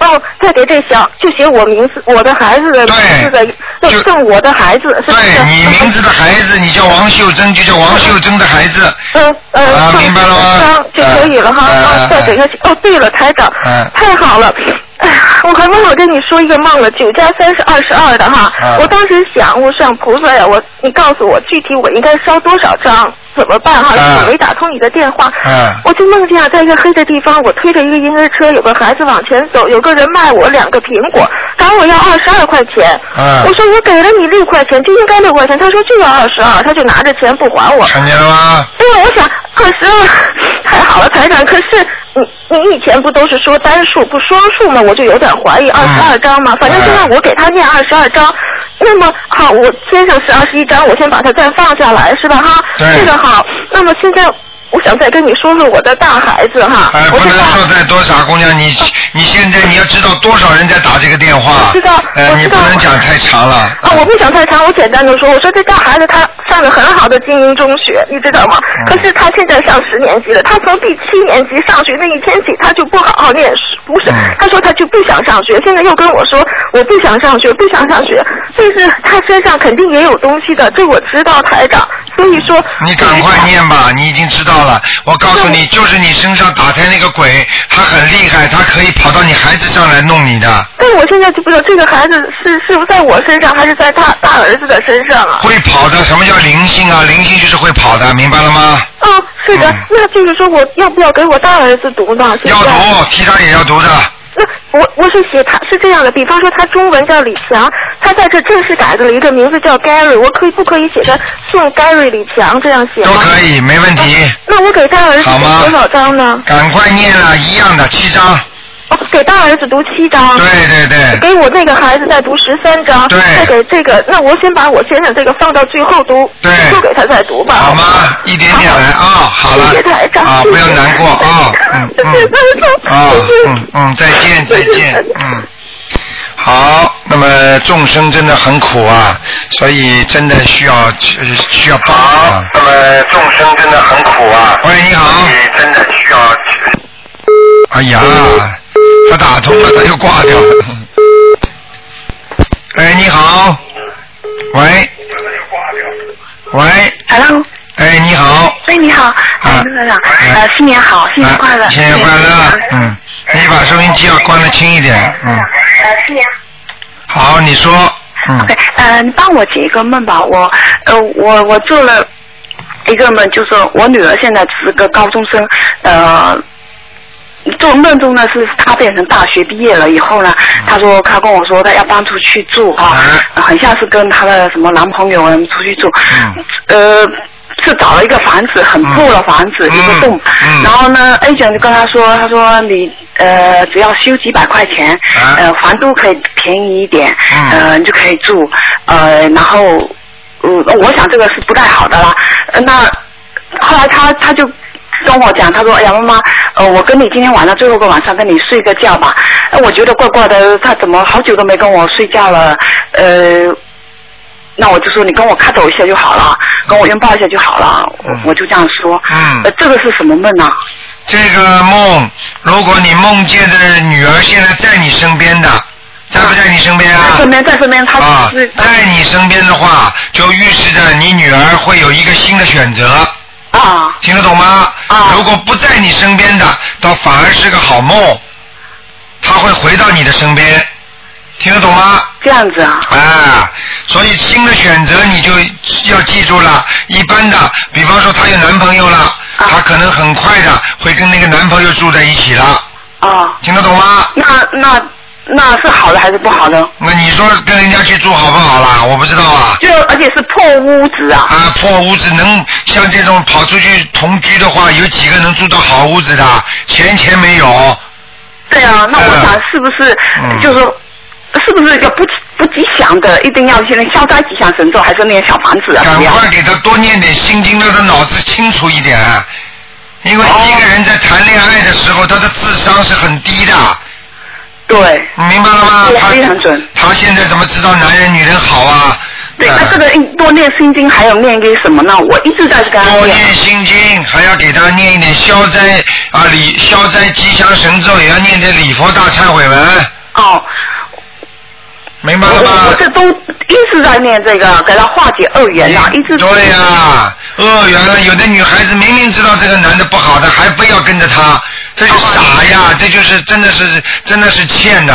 F: 哦，再给这小就写我名字，我的孩子的名字的，就正我的孩子是不
B: 对
F: 是？
B: 你名字的孩子，你叫王秀珍，就叫王秀珍的孩子。
F: 嗯呃，
B: 啊
F: 上
B: 明白了吗
F: 上就可以了哈。
B: 哎哎
F: 啊，再给他写。哦，对了，台长，
B: 嗯
F: 太好了。哎呀，我还忘了跟你说一个梦了，九加三是二十二的哈。
B: 嗯
F: 我当时想，我上菩萨呀，我你告诉我具体我应该烧多少张，怎么办哈？因
B: 哎
F: 为我没打通你的电话。
B: 嗯
F: 我就梦见啊，在一个黑的地方，我推着一个婴儿车，有个孩子往前走，有个人卖我两个苹果，管我要二十二块钱。
B: 嗯
F: 我说我给了你六块钱，就应该六块钱。他说就要二十二，他就拿着钱不还我。
B: 看见了吗？
F: 对，我想二十二，太好了，台长。可是你你以前不都是说单数不双数吗？我就有点怀
B: 哎
F: 疑二十二章嘛。反正现在我给他念二十二章，那么好，我先上是二十一章，我先把它再放下来，是吧？哈，
B: 对
F: 这个好。那么现在我想再跟你说说我的大孩子哈，
B: 哎，
F: 我
B: 不
F: 知
B: 能
F: 道
B: 说太多，傻姑娘，你你现在你要知道多少人在打这个电话
F: 我知道，
B: 呃，
F: 我
B: 你
F: 知
B: 不
F: 道
B: 能讲太长了。
F: 啊，我不想太长，我简单的说，我说这大孩子他上了很好的精英中学，你知道
B: 嗯
F: 吗？可是他现在上十年级了，他从第七年级上学那一天起，他就不好好念书，不
B: 嗯
F: 是，他说他就不想上学，现在又跟我说我不想上学，不想上学，但是他身上肯定也有东西的，这我知道，台长，所以说
B: 哎嗯你赶快念吧，你已经知道了。我告诉你，就是你身上打胎那个鬼，他很厉害，他可以跑到你孩子上来弄你的，
F: 但我现在就不知道这个孩子是是在我身上还是在他大儿子的身上啊？
B: 会跑的。什么叫灵性啊？灵性就是会跑的，明白了吗？
F: 啊，是的，那就是说我要不要给我大儿子读呢？现
B: 嗯
F: 在
B: 要读，替他也要读的。
F: 那呃我我是写他是这样的，比方说他中文叫李强，他在这正式改了一个名字叫 Gary，我可以不可以写的姓 Gary 李强这样写
B: 都
F: 吗？
B: 可以，没问题。
F: 那我给大儿子
B: 好吗
F: 读多少章呢？
B: 赶快念了，一样的七张。
F: 哦，给大儿子读七章。
B: 对对对，
F: 给我哦那个孩子再读十三章，
B: 对
F: 再给这个，那我先把我先生这个放到最后读，
B: 对
F: 最后给他再读吧。
B: 好吗？一点点来啊，好了
F: 谢谢台，长
B: 啊，
F: 谢
B: 不
F: 谢
B: 要难过 啊，嗯嗯，啊嗯嗯，再 见再见，嗯。好，那么众生真的很苦啊，所以真的需要呃需要帮啊。那么众生真的很苦啊。喂，你好。真的需要。哎呀，他打通了，他又挂掉 了。哎，你好。喂。喂。
G: Hello，
B: 哎，你好，
G: 喂，你好，
B: 啊哎
G: 哎，卢科长，呃，新年好，新年呃快乐，
B: 新年快乐，嗯，你把收音机要关的轻一点，嗯，
G: 呃，新年
B: 好，你说，嗯，
G: ，OK，呃，你帮我解一个梦吧，我，呃，我我做了一个梦，就是我女儿现在只是个高中生，呃。做梦中呢，是她变成大学毕业了以后呢，她说她跟我说她要搬出去住啊，很像是跟她的什么男朋友嗯出嗯去住，呃，是找了一个房子，很破的房子，一个洞。然后呢，A 卷就跟他说，他说你呃只要修几百块钱，呃房租可以便宜一点，
B: 啊
G: 呃你就可以住，呃然后嗯我想这个是不太好的啦，呃那后来他他就。跟我讲，他说：“哎呀，妈妈，呃，我跟你今天晚上最后一个晚上跟你睡个觉吧。呃”我觉得怪怪的，他怎么好久都没跟我睡觉了？呃，那我就说你跟我看走一下就好了，跟我拥抱一下就好了，我我就这样说。
B: 嗯
G: 呃，这个是什么梦呢、
B: 这个梦，如果你梦见的女儿现在在你身边的，在不在你身边啊？
G: 在身边，在身边，他
B: 啊
G: 就是、，
B: 在你身边的话，就预示着你女儿会有一个新的选择。
G: 啊，
B: 听得懂吗？啊，如果不在你身边的，倒反而是个好梦，他会回到你的身边，听得懂吗？
G: 这样子啊。
B: 啊，所以新的选择你就要记住了。一般的，比方说她有男朋友了，她可能很快的会跟那个男朋友住在一起了。
G: 啊，
B: 听得懂吗？
G: 那那那是好的还是不好的？
B: 那你说跟人家去住好不好啦？我不知道啊。
G: 就而且是破屋子啊。
B: 啊，破屋子能像这种跑出去同居的话，有几个能住到好屋子的？钱钱没有。
F: 对啊，那我想是不是
B: 嗯
F: 就是是不是一个不不吉祥的，一定要现在消灾吉祥神咒，还是念小房子啊？
B: 赶
F: 怎么样
B: 快给他多念点心经，让他脑子清楚一点。因为一个人在谈恋爱的时候，他的智商是很低的。
F: 对。
B: 你明白了吗？
F: 对
B: 他
F: 非常准。
B: 他现在怎么知道男人女人好啊？
F: 对，
B: 嗯
F: 那这个应多念心经，还有念一个什么呢？我一直在跟他
B: 多
F: 念。
B: 念心经，还要给他念一点消灾啊礼消灾吉祥神咒，也要念点礼佛大忏悔文，
F: 哦，
B: 明白
F: 我
B: 了
F: 我
B: 吗
F: 我？这都一直在念这个，给他化解恶缘啊
B: 嗯
F: 呐，一直
B: 对呀、恶缘了。有的女孩子明明知道这个男的不好的，还非要跟着他，这就傻呀！这就是真的是真的是欠的。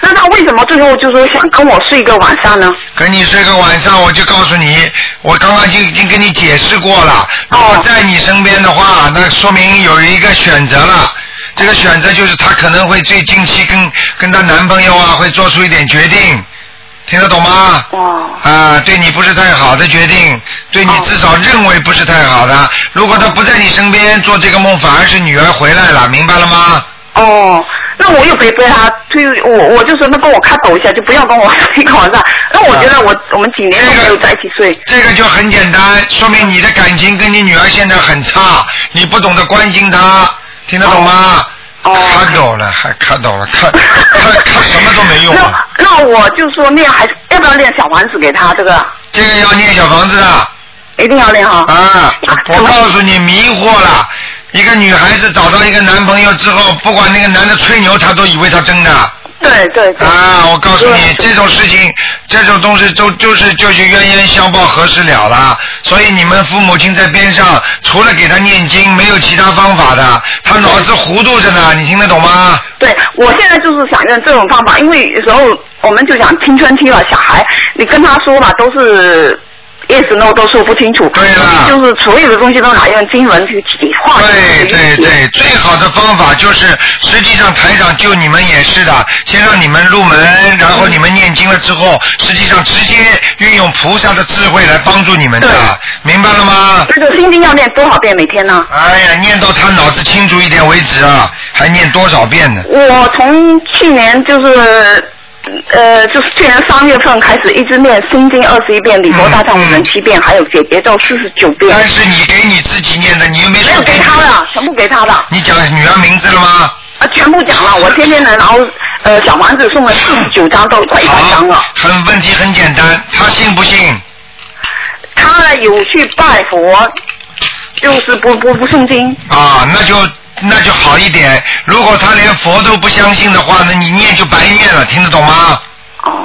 F: 那他为什么最后就是想跟我睡一个晚上呢？
B: 跟你睡个晚上，我就告诉你，我刚刚就已经跟你解释过了。如果在你身边的话，那说明有一个选择了。这个选择就是她可能会最近期跟跟她男朋友啊，会做出一点决定，听得懂吗？
F: 哦，
B: 啊，对你不是太好的决定，对你至少认为不是太好的。如果她不在你身边做这个梦，反而是女儿回来了，明白了吗？
F: 哦，那我又陪陪他，推我我就说那跟我开导一下，就不要跟我睡一个晚上。那我觉得
B: 啊
F: 我、我们几年都没有在一起睡。
B: 这个就很简单，说明你的感情跟你女儿现在很差，你不懂得关心她，听得懂吗？哦
F: 哦
B: 看懂了，还看懂了，看看 看什么都没用啊！
F: 那那我就说念还是要不要念小丸子给他这个？
B: 这个要念小房子的
F: 一定要念哈。
B: 啊！我告诉你，迷惑了。一个女孩子找到一个男朋友之后，不管那个男的吹牛，她都以为他真的。
F: 对对对。
B: 啊，我告诉你，这种事情，这种东西就就是就是冤冤相报何时了啦。所以你们父母亲在边上，除了给他念经，没有其他方法的。他脑子糊涂着呢，你听得懂吗？
F: 对，我现在就是想用这种方法，因为有时候我们就想青春期了，小孩你跟他说吧，都是 yes no 都说不清楚，对
B: 啦
F: 就是所有的东西都拿用经文去体化
B: 对对对，最好的方法就是，实际上台长就你们也是的，先让你们入门，然后你们念经了之后，实际上直接运用菩萨的智慧来帮助你们的，明白了吗？
F: 这个心经要念多少遍每天呢？
B: 哎呀，念到他脑子清楚一点为止啊，还念多少遍呢？
F: 我从去年就是。呃，就是去年三月份开始，一直念心经二十一遍，礼佛大忏悔文七遍，还有解结咒四十九遍。
B: 但是你给你自己念的，你又没说给他
F: 的，全部给他的。
B: 你讲女儿名字了吗？
F: 啊，全部讲了，我天天来，然后呃，小房子送了四十九张，到快一百张了。
B: 很问题很简单，他信不信？
F: 他有去拜佛，就是不不不诵经。
B: 啊，那就那就好一点。如果他连佛都不相信的话，那你念就白念了，听得懂吗？
F: 哦。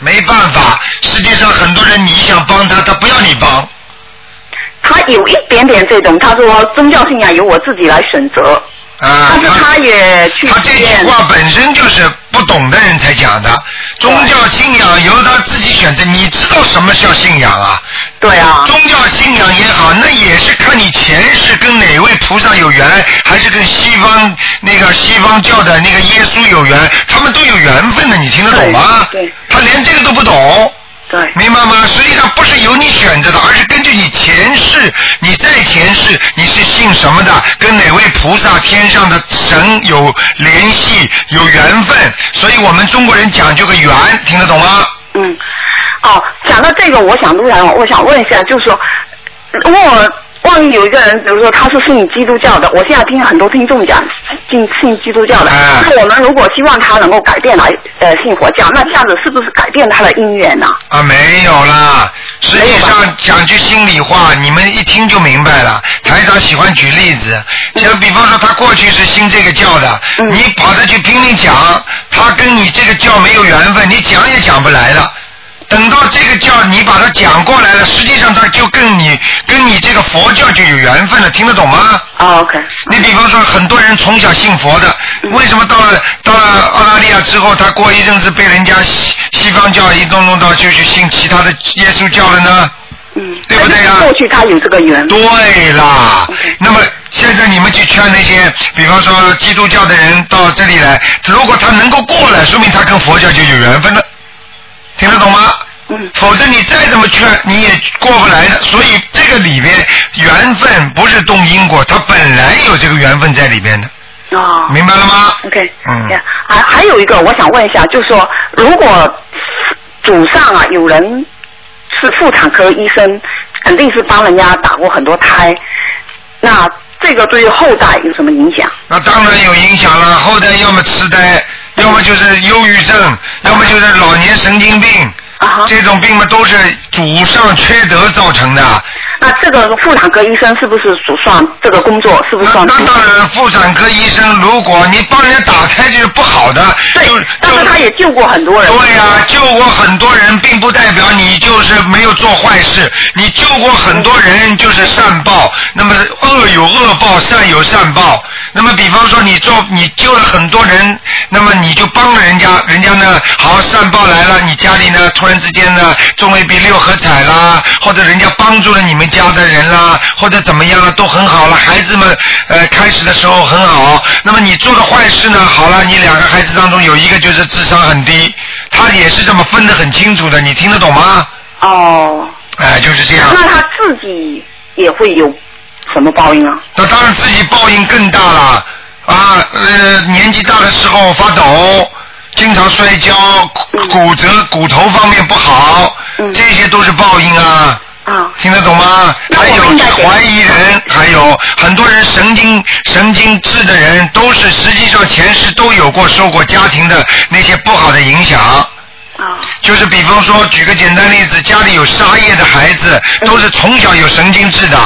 B: 没办法，世界上很多人你想帮他，他不要你帮。
F: 他有一点点这种，他说宗教信仰由我自己来选择。
B: 啊，
F: 但是他也去
B: 他这句话本身就是不懂的人才讲的。宗教信仰由他自己选择，你知道什么叫信仰啊？
F: 对啊。
B: 宗教信仰也好，那也是看你前世跟哪位菩萨有缘，还是跟西方那个西方教的那个耶稣有缘，他们都有缘分的，你听得懂吗？
F: 对对
B: 他连这个都不懂。
F: 对，
B: 明白吗？实际上不是由你选择的，而是根据你前世，你在前世你是信什么的，跟哪位菩萨、天上的神有联系、有缘分，所以我们中国人讲究个缘，听得懂吗？
F: 嗯，哦，讲到这个，我想陆然，我想问一下，就是说，如果万一有一个人，比如说他是信基督教的，我现在听很多听众讲信信基督教的，
B: 嗯
F: 那我们如果希望他能够改变来呃信佛教，那这样子是不是改变他的姻缘呢、
B: 啊，没有啦。实际上讲句心里话，你们一听就明白了。台长喜欢举例子，像比方说他过去是信这个教的，你跑他去拼命讲，他跟你这个教没有缘分，你讲也讲不来了。等到这个教你把它讲过来了，实际上他就跟你跟你这个佛教就有缘分了，听得懂吗？
F: 啊，OK。
B: 你比方说，很多人从小信佛的，为什么到了到了澳大利亚之后，他过一阵子被人家西西方教一弄弄到就去信其他的耶稣教了呢？
F: 嗯，
B: 对不对啊？
F: 过去他有这个缘。
B: 对啦，那么现在你们去劝那些，比方说基督教的人到这里来，如果他能够过来，说明他跟佛教就有缘分了，听得懂吗？
F: 嗯
B: 否则你再怎么劝，你也过不来的。所以这个里边缘分不是动因果，它本来有这个缘分在里边的。
F: 哦，
B: 明白了吗
F: ？OK，
B: 嗯
F: 呀还还有一个，我想问一下，就是说，如果祖上啊有人是妇产科医生，肯定是帮人家打过很多胎，那这个对于后代有什么影响？
B: 那当然有影响了，后代要么痴呆，要么就是忧郁症，要么就是老年神经病，
F: 啊
B: 这种病嘛都是祖上缺德造成的。
F: 那这个妇产科医生是不是属算这个工作是不是算？
B: 那当然，妇产科医生，如果你帮人家打胎就是不好的，对，但是他
F: 也救过很多人。
B: 对呀、救过很多人，并不代表你就是没有做坏事，你救过很多人就是善报，那么恶有恶报，善有善报。那么比方说你做你救了很多人，那么你就帮了人家，人家呢好善报来了，你家里呢突然之间呢中了一笔六合彩啦，或者人家帮助了你们家的人啦，或者怎么样啊都很好了，孩子们呃开始的时候很好，那么你做的坏事呢，好了，你两个孩子当中有一个就是智商很低，他也是这么分得很清楚的，你听得懂吗？
F: 哦，
B: 哎，就是这样。
F: 那他自己也会有什么报应啊？
B: 那当然自己报应更大了啊！呃，年纪大的时候发抖，经常摔跤，骨骨折、骨头方面不好，这些都是报应啊。听得懂吗？还有怀疑人，还有很多人神经神经质的人，都是实际上前世都有过受过家庭的那些不好的影响。就是比方说，举个简单例子，家里有杀业的孩子，都是从小有神经质的。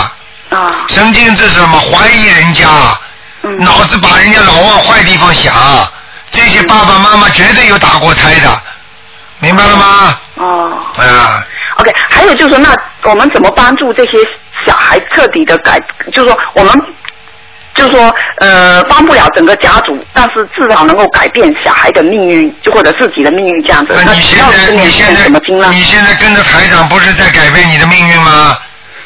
F: 啊
B: 神经质是什么？怀疑人家，
F: 嗯
B: 脑子把人家老往坏地方想，这些爸爸妈妈绝对有打过胎的，明白了吗？
F: 哦
B: 啊，
F: ，OK，还有就是那我们怎么帮助这些小孩彻底的改？就是说我们。就是说，呃，帮不了整个家族，但是至少能够改变小孩的命运，就或者自己的命运这样子。那
B: 啊你现在你现在你现在跟着台长不是在改变你的命运吗？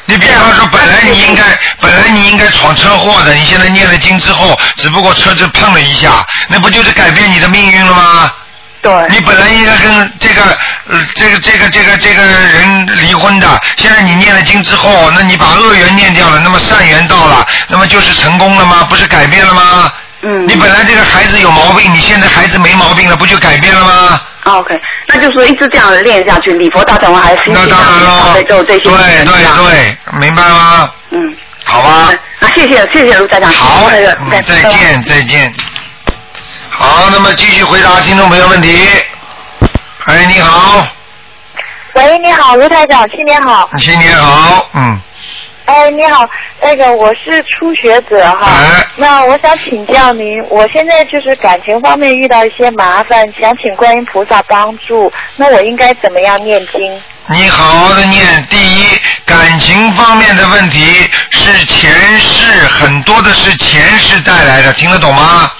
B: 你比方说，本来你应该本来你应该闯车祸的，你现在念了经之后，只不过车子碰了一下，那不就是改变你的命运了吗？
F: 对。
B: 你本来应该跟这个呃这个这个这个这个人离婚的，现在你念了经之后，那你把恶缘念掉了，那么善缘到了，那么就是成功了吗？不是改变了吗？
F: 嗯。
B: 你本来这个孩子有毛病，你现在孩子没毛病了，不就改变了吗？
F: 啊 OK，那就是说一直这样练下去，礼佛大忏悔还有心经啊，对，就这些。对
B: 对对，明白吗？
F: 嗯。
B: 好吧。
F: 那谢谢谢谢卢台长。
B: 好，
F: 那个
B: 嗯再见再见。好，那么继续回答听众朋友问题。哎，你好，
H: 喂，你好，卢台长，新年好。
B: 新年好，嗯，
H: 哎，你好，那个我是初学者哈，
B: 哎
H: 那我想请教您，我现在就是感情方面遇到一些麻烦，想请观音菩萨帮助，那我应该怎么样念经？
B: 你好好的念。第一，感情方面的问题是前世很多的是前世带来的，听得懂吗？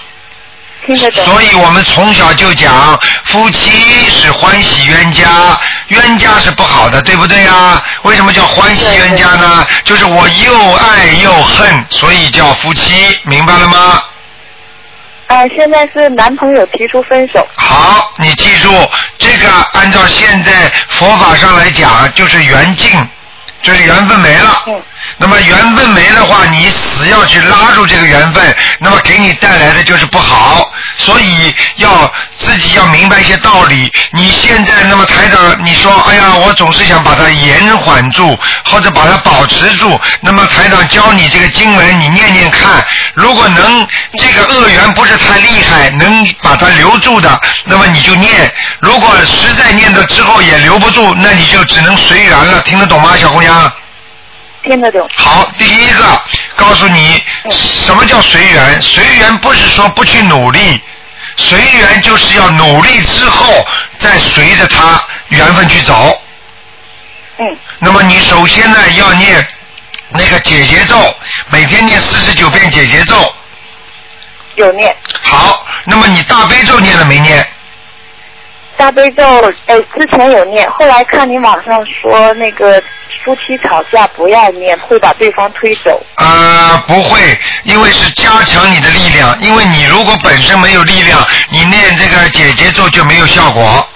H: 听得懂。
B: 所以我们从小就讲，夫妻是欢喜冤家，冤家是不好的，对不对啊？为什么叫欢喜冤家呢？就是我又爱又恨，所以叫夫妻，明白了吗？
H: 呃，现在是男朋友提出分手，
B: 好，你记住这个，按照现在佛法上来讲，就是缘尽，就是缘分没了。那么缘分没的话，你死要去拉住这个缘分，那么给你带来的就是不好。所以要自己要明白一些道理。你现在那么台长，你说，哎呀，我总是想把它延缓住，或者把它保持住。那么台长教你这个经文，你念念看，如果能这个恶缘不是太厉害，能把它留住的，那么你就念；如果实在念到之后也留不住，那你就只能随缘了。听得懂吗，小姑娘？
H: 听得懂。嗯
B: 好，第一个告诉你什么叫随缘。随缘不是说不去努力，随缘就是要努力之后再随着他缘分去走。
H: 嗯。
B: 那么你首先呢要念那个解结咒，每天念四十九遍解结咒。
H: 有念。
B: 好，那么你大悲咒念了没念？
H: 大悲咒，呃，之前有念，后来看你网上说那个夫妻吵架不要念，会把对方推走。
B: 呃，不会，因为是加强你的力量，因为你如果本身没有力量，你念这个解结咒就没有效果。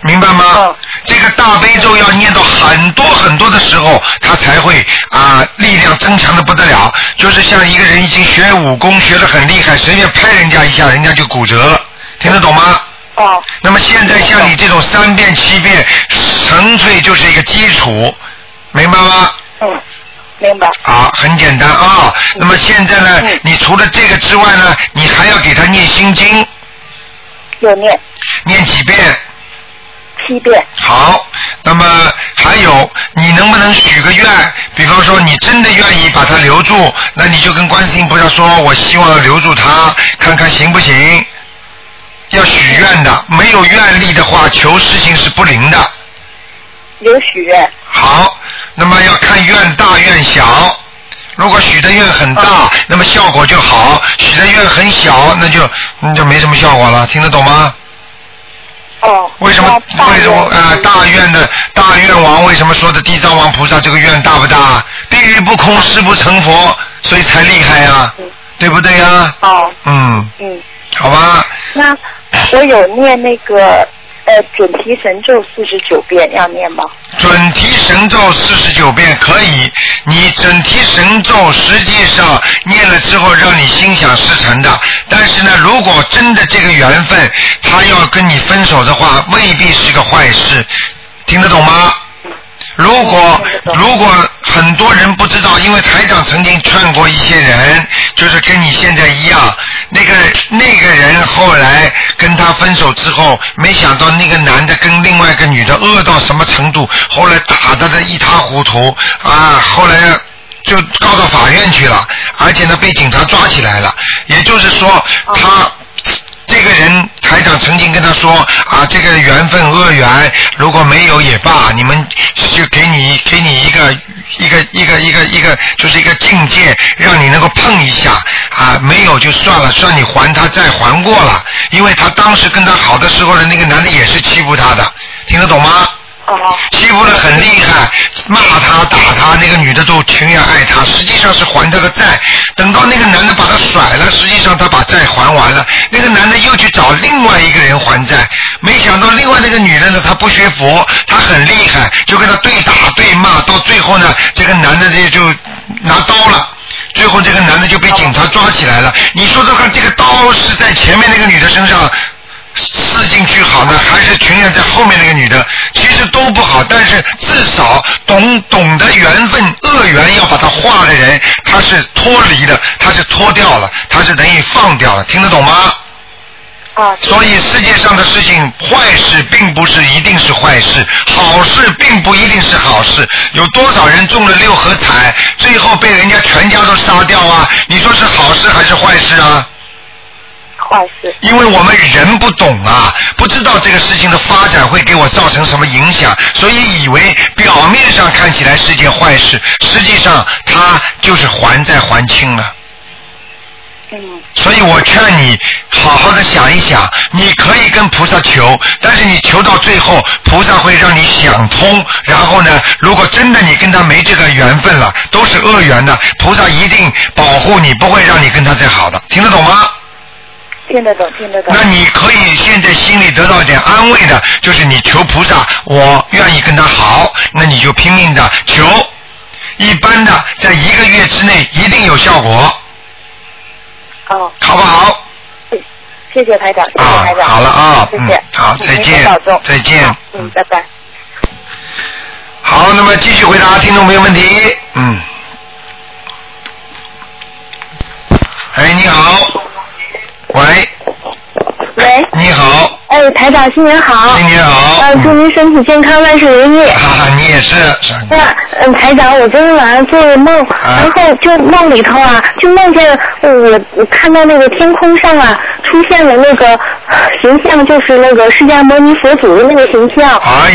B: 明白吗？这个大悲咒要念到很多很多的时候，他才会啊、力量增强的不得了。就是像一个人已经学武功学得很厉害，随便拍人家一下，人家就骨折了，听得懂吗？
I: 哦。
B: 那么现在像你这种三遍七遍，纯粹就是一个基础，明白吗？
I: 嗯，明白。
B: 好，很简单啊、
I: 嗯
B: 那么现在呢，你除了这个之外呢，你还要给他念心经，
I: 有念
B: 念几遍？
I: 七遍。
B: 好，那么还有，你能不能许个愿？比方说，你真的愿意把他留住，那你就跟观世音菩萨说，我希望留住他，看看行不行？要许愿的，没有愿力的话，求事情是不灵的。
I: 有许愿。
B: 好，那么要看愿大愿小。如果许的愿很大，
I: 嗯
B: 那么效果就好；许的愿很小，那就那就没什么效果了。听得懂吗？
I: 哦。
B: 为什么？为什么？呃，大愿的大愿王为什么说的地藏王菩萨这个愿大不大？地狱不
I: 嗯
B: 空，誓不成佛，所以才厉害呀、对不对呀、啊
I: 哦，
B: 嗯，
I: 嗯，
B: 好吧。
I: 那我有念那个呃准提神咒四十九遍，要念吗？
B: 准提神咒四十九遍可以，你准提神咒实际上念了之后让你心想事成的，但是呢，如果真的这个缘分他要跟你分手的话，未必是个坏事，听得懂吗？如果如果很多人不知道，因为台长曾经劝过一些人，就是跟你现在一样，那个那个人后来跟他分手之后，没想到那个男的跟另外一个女的恶到什么程度，后来打得的一塌糊涂啊，后来。就告到法院去了，而且呢被警察抓起来了。也就是说，他这个人台长曾经跟他说啊，这个缘分恶缘，如果没有也罢，你们就给你给你一个一个一个一个一个，就是一个境界，让你能够碰一下啊，没有就算了，算你还他债还过了，因为他当时跟他好的时候的那个男的也是欺负他的，听得懂吗？
E: 哦
B: 欺负的很厉害，骂他打他，那个女的都情愿爱他，实际上是还他的债。等到那个男的把他甩了，实际上他把债还完了，那个男的又去找另外一个人还债。没想到另外那个女的呢，她不学佛，她很厉害，就跟他对打对骂，到最后呢，这个男的这就拿刀了。最后这个男的就被警察抓起来了。你说说看，这个刀是在前面那个女的身上刺进去好呢，还是全愿在后面那个女的？其实都不好，但是至少懂懂得缘分恶缘要把它化的人，他是脱离的，他是脱掉了，他是等于放掉了，听得懂吗？
I: 啊。
B: 所以世界上的事情，坏事并不是一定是坏事，好事并不一定是好事。有多少人中了六合彩，最后被人家全家都杀掉啊？你说是好事还是坏事啊？
I: 坏事。
B: 因为我们人不懂啊，不知道这个事情的发展会给我造成什么影响，所以以为表面上看起来是件坏事，实际上它就是还债还清了。嗯。所以我劝你好好的想一想，你可以跟菩萨求，但是你求到最后，菩萨会让你想通。然后呢，如果真的你跟他没这个缘分了，都是恶缘的，菩萨一定保护你，不会让你跟他再好的。听得懂吗？
I: 听得懂，听得懂。
B: 那你可以现在心里得到一点安慰的，就是你求菩萨，我愿意跟他好，那你就拼命的求。一般的，在一个月之内一定有效果。
I: 哦，
B: 好不好？
I: 谢谢台长，谢谢台长。
B: 好了啊，
I: 谢谢
B: 嗯。好，再
I: 您
B: 见
I: 多保重，
B: 再见。
I: 嗯，拜拜。
B: 好，那么继续回答听众朋友问题。嗯。哎，你好。喂。
H: 喂。
B: 你好。
H: 哎，台长，新年
I: 啊
H: 好。
B: 新年好。
H: 嗯、祝您身体健康，万事如意。
B: 啊，你也是。
H: 对啊，嗯，台长，我昨天晚上做了梦，然后就梦里头啊，就梦见我我看到那个天空上啊，出现了那个形象，就是那个释迦牟尼佛祖的那个形象，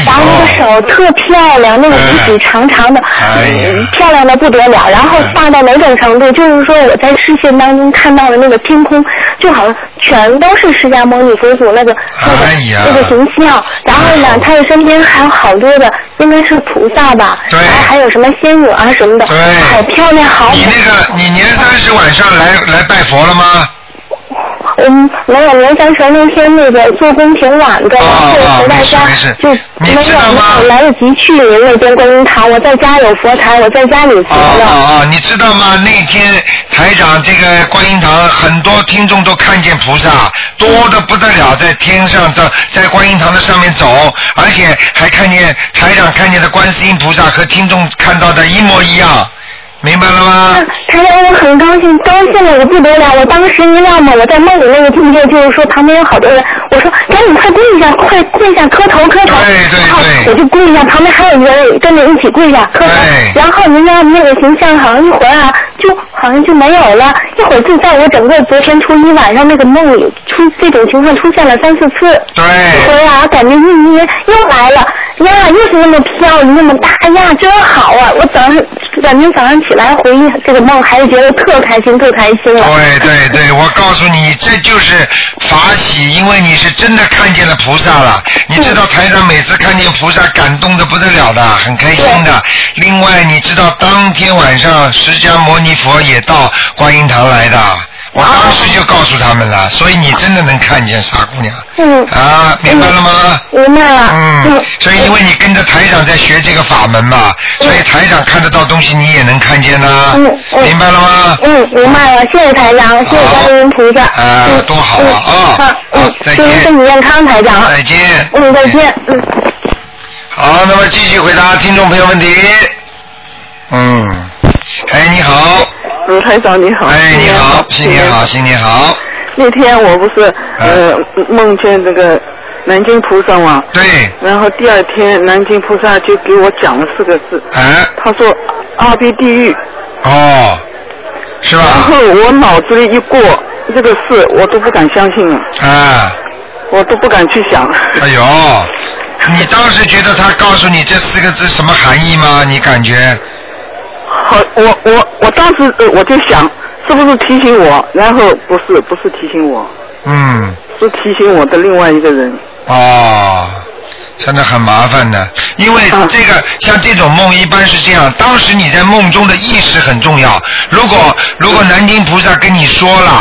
H: 然后那个手特漂亮，那个五指长长的，嗯漂亮的不得了。然后大到哪种程度，就是说我在视线当中看到的那个天空，就好像全都是释迦牟尼佛祖那个那个、那个形象。然后呢，他的身边还有好多的，应该是菩萨吧，然后还有什么仙女啊什么的，好漂亮，好美。
B: 你那个，你年三十晚上来来拜佛了吗？
H: 嗯，没有年三十那天那个做工挺晚的，然后回到家就哦没有没有来得及去那边观音堂，我在家有佛台，我在家里学的。
B: 啊，你知道吗？那天台长这个观音堂，很多听众都看见菩萨，多的不得了，在天上在在观音堂的上面走，而且还看见台长看见的观世音菩萨和听众看到的一模一样，明白了吗？
H: 啊台长，我很高兴，高兴的我不得了。我当时你知道吗？我在梦里那个境界就是说旁边有好多人，我说赶紧快跪下，快跪下，磕头磕头。对对对。我就跪下，旁边还有一个人跟着一起跪下磕头。
B: 哎
H: 然后您知道那个形象好像一会儿啊，就好像就没有了，一会儿就在我整个昨天初一晚上那个梦里出这种情况出现了三四次。
B: 对。
H: 一会儿啊，感觉一捏又来了，呀，又是那么飘，那么大，哎呀，真好啊！我早上感觉早上起来回忆这个梦，还是觉得特开心，特开心了。
B: 对对对，我告诉你，这就是法喜，因为你是真的看见了菩萨了。你知道台上每次看见菩萨，感动的不得了的，很开心的。另外，你知道当天晚上释迦牟尼佛也到观音堂来的，我当时就告诉他们了，所以你真的能看见傻姑娘。
H: 嗯。
B: 啊，明白了吗？
H: 明白了。
B: 嗯，所以因为你跟着台长在学这个法门嘛，所以台长看得到东西，你也能看见呐、
H: 嗯嗯
B: 明白了吗？
H: 嗯，明白了，谢谢台长，谢谢观音菩萨。
B: 啊，多好啊！啊、
H: 嗯，祝您身体健康，台长。
B: 再见。
H: 嗯，再见。嗯。
B: 好，那么继续回答听众朋友问题。嗯，哎，你好，
F: 嗯卢台长你好。嗯
B: 哎，你好，新年好，新年好。
F: 那天我不是呃梦见这个南京菩萨嘛，
B: 对，
F: 然后第二天南京菩萨就给我讲了四个字，
B: 哎，
F: 他说阿鼻地狱。
B: 哦，是吧？
F: 然后我脑子里一过这个事，我都不敢相信了，
B: 啊，
F: 我都不敢去想。
B: 哎呦，你当时觉得他告诉你这四个字什么含义吗？你感觉？
F: 好，我我我当时呃我就想，是不是提醒我？然后不是，不是提醒我，
B: 嗯，
F: 是提醒我的另外一个人。
B: 哦，真的很麻烦的，因为这个像这种梦一般是这样，当时你在梦中的意识很重要。如果如果南京菩萨跟你说了，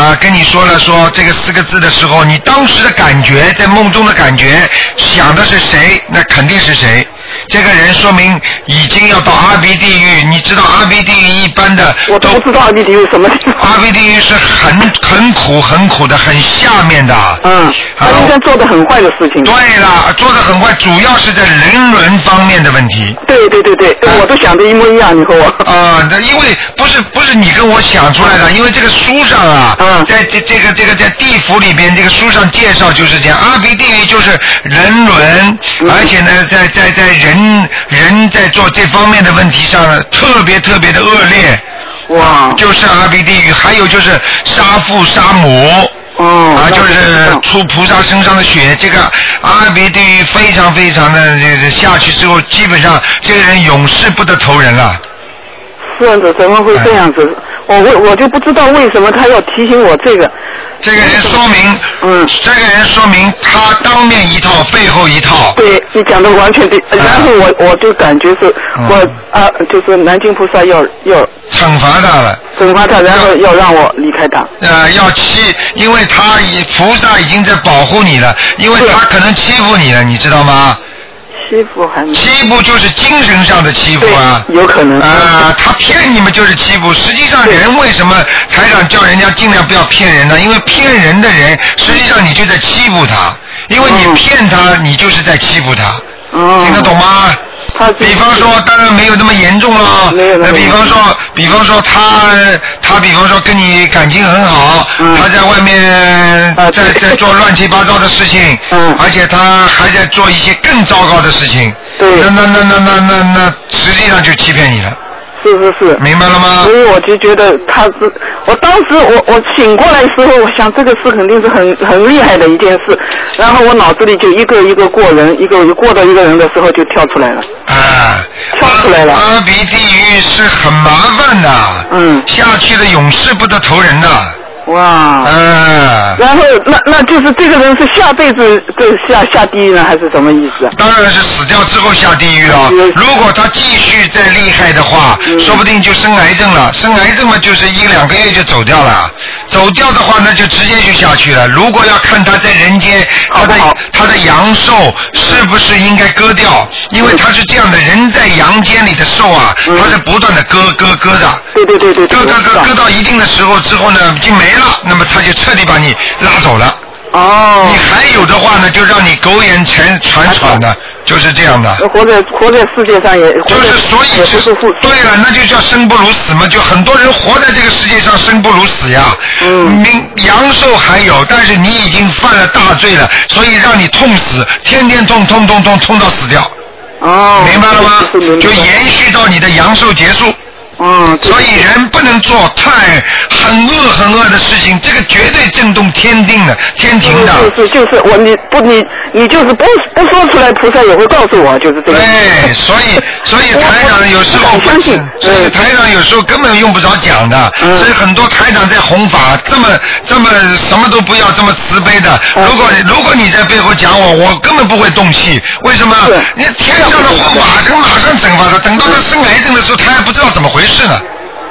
B: 啊、跟你说了说这个四个字的时候，你当时的感觉在梦中的感觉想的是谁，那肯定是谁。这个人说明已经要到阿鼻地狱，你知道阿鼻地狱一般的我都不
F: 知道阿鼻地狱什么
B: 阿鼻地狱是很很苦很苦的，很下面的。
F: 嗯，他应该做的很坏的事情。
B: 对了，做的很坏，主要是在人伦方面的问题。
F: 对对对对，我都想的一模一样，你和我。
B: 啊，那因为不是不是你跟我想出来的，因为这个书上啊，在这这个这个在地府里边，这个书上介绍就是这样，阿鼻地狱就是人伦，而且呢，在在在人人在做这方面的问题上特别特别的恶劣。
F: 哇！
B: 就是阿鼻地狱，还有就是杀父杀母。
F: 哦，
B: 啊，就是出菩萨身上的血，这个阿鼻地狱非常非常的，这这下去之后，基本上这个人永世不得投人了。
F: 是的，怎么
B: 哎
F: 会这样子？我我我就不知道为什么他要提醒我这个。
B: 这个人说明，
F: 嗯，
B: 这个人说明他当面一套，背后一套。
F: 对你讲的完全对，
B: 啊
F: 然后我我就感觉是，
B: 哦
F: 我啊就是南京菩萨要要
B: 惩罚他了，
F: 惩罚他，然后要让我离开他。
B: 呃，要欺，因为他已菩萨已经在保护你了，因为他可能欺负你了，你知道吗？
F: 嗯欺负还没
B: 欺负就是精神上的欺负啊，
F: 有可能
B: 啊，他骗你们就是欺负。实际上，人为什么台长叫人家尽量不要骗人呢？因为骗人的人，实际上你就在欺负他，因为你骗他，你就是在欺负他。
F: 哦
B: 听得懂吗？比方说，当然没有那么严重了。那比方说，比方说他他比方说跟你感情很好，他在外面在在做乱七八糟的事情，而且他还在做一些更糟糕的事情。那那那那那那那，实际上就欺骗你了。
F: 是是是，
B: 明白了吗？
F: 所以我就觉得他是，我当时我我醒过来的时候，我想这个事肯定是很很厉害的一件事，然后我脑子里就一个一个过人，一个一个过到一个人的时候就跳出来了。
B: 跳出来了。啊阿鼻地狱是很麻烦的。
F: 嗯。
B: 下去的永世不得投人的。
F: 哇。
B: 嗯、
F: 然后那那就是这个人是下辈子就下下地狱呢，还是什么意思啊？
B: 当然是死掉之后下地狱了。如果他继续再厉害的话，说不定就生癌症了。生癌症嘛，就是一两个月就走掉了。走掉的话，那就直接就下去了。如果要看他在人间，他的他的阳寿是不是应该割掉？因为他是这样的，人在阳间里的寿啊，他是不断的割割割的。
F: 对对对对。
B: 割割割割到一定的时候之后呢，就没了，那么他就彻底把你拉走了。
F: 哦。
B: 你还有的话呢，就让你苟延残喘喘的，就是这样的。
F: 活在活在世界上也
B: 就是所以哦就是对了，那就叫生不如死嘛，就很多人活在这个世界上生不如死呀。嗯。明阳寿还有，但是你已经犯了大罪了，所以让你痛死，天天痛痛痛痛痛到死掉。
F: 哦。
B: 明白了吗？就延续到你的阳寿结束。
F: 嗯，
B: 所以人不能做太很恶很恶的事情，这个绝对震动天定的、天庭的。
F: 就是就是我你不你你就是不不说出来，菩萨也会告诉我，就是这个。
B: 对，哎所以所以台长有时候相信，嗯所以台长有时候根本用不着讲的。所以很多台长在弘法，这么这么什么都不要，这么慈悲的。如果如果你在背后讲我，我根本不会动气。为什么？你天上的祸马上马上惩罚他，等到他生癌症的时候，他还不知道怎么回事呢。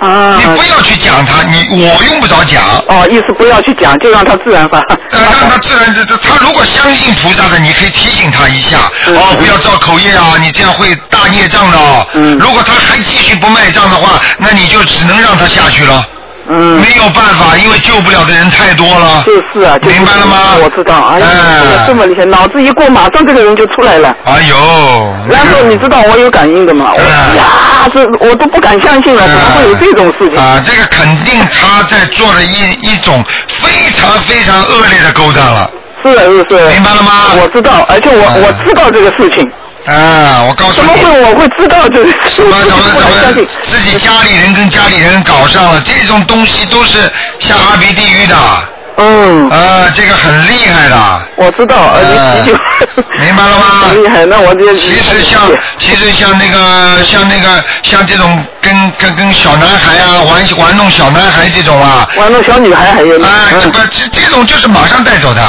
F: 啊。
B: 你不要去讲他，你我用不着讲。
F: 哦，意思不要去讲，就让他自然发。
B: 呃，让他自然，这这他如果相信菩萨的，你可以提醒他一下，
F: 嗯
B: 哦，不要造口业啊，你这样会大孽障的哦。嗯。如果他还继续不卖账的话，那你就只能让他下去了。
F: 嗯。
B: 没有办法，因为救不了的人太多了。
F: 就是啊，就是、
B: 明白了吗？嗯
F: 我知道，哎呀，这么厉害，脑子一过，马上这个人就出来了。
B: 哎呦。
F: 然后你知道我有感应的
B: 嗯
F: 嘛？我呀，这我都不敢相信了，怎么会有这种事情？
B: 啊，这个肯定他在做了一一种非常非常恶劣的勾当了。
F: 是啊是是。
B: 明白了吗？
F: 我知道，而且我、我知道这个事情。
B: 啊，我告诉
F: 怎
B: 你
F: 么，会我会知道这个事
B: 什
F: 情？
B: 么什么自己家里人跟家里人搞上了，这种东西都是下阿鼻地狱的。
F: 嗯。
B: 啊，这个很厉害的。
F: 我知道，而且啤酒。
B: 呃明白了吗？
F: 哦 很厉害，那我这
B: 其实像其实像那个像那个像这种跟跟跟小男孩啊玩玩弄小男孩这种啊，
F: 玩弄小女孩还有呢嗯
B: 啊，这不这这种就是马上带走的。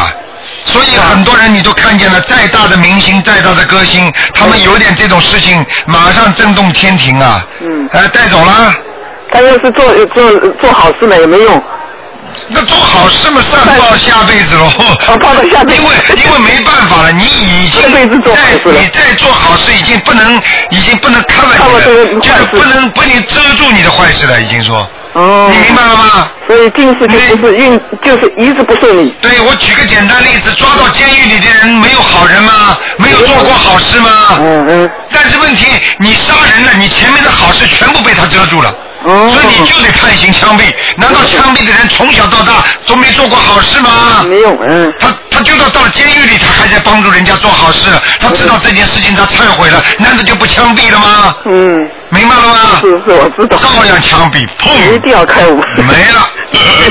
B: 所以很多人你都看见了，再大的明星，再大的歌星，他们有点这种事情，马上震动天庭啊！
F: 嗯，
B: 哎，带走了。
F: 他要是做做做好事了也没用。
B: 啊那做好事嘛，上报下辈子喽。
F: 报到下辈
B: 子。因为因为没办法了，你已经在你再做好事已经不能已经不能 cover 你的，就是不能不能遮住你的坏事了，已经说。
F: 哦。
B: 你明白了吗？
F: 所以近视就不是运，就是一直不顺利。
B: 对，我举个简单例子，抓到监狱里的人没有好人吗？没有做过好事吗？
F: 嗯嗯。
B: 但是问题，你杀人了，你前面的好事全部被他遮住了。
F: 哦
B: 所以你就得判刑枪毙。难道枪毙的人从小到大都没做过好事吗？
F: 没有，嗯。
B: 他他就算到了监狱里，他还在帮助人家做好事，他知道这件事情，他忏悔了，难道就不枪毙了吗？
F: 嗯。
B: 明白了吗？
F: 是是，我知道。
B: 照样枪毙，砰！
F: 一定要开悟。
B: 没了。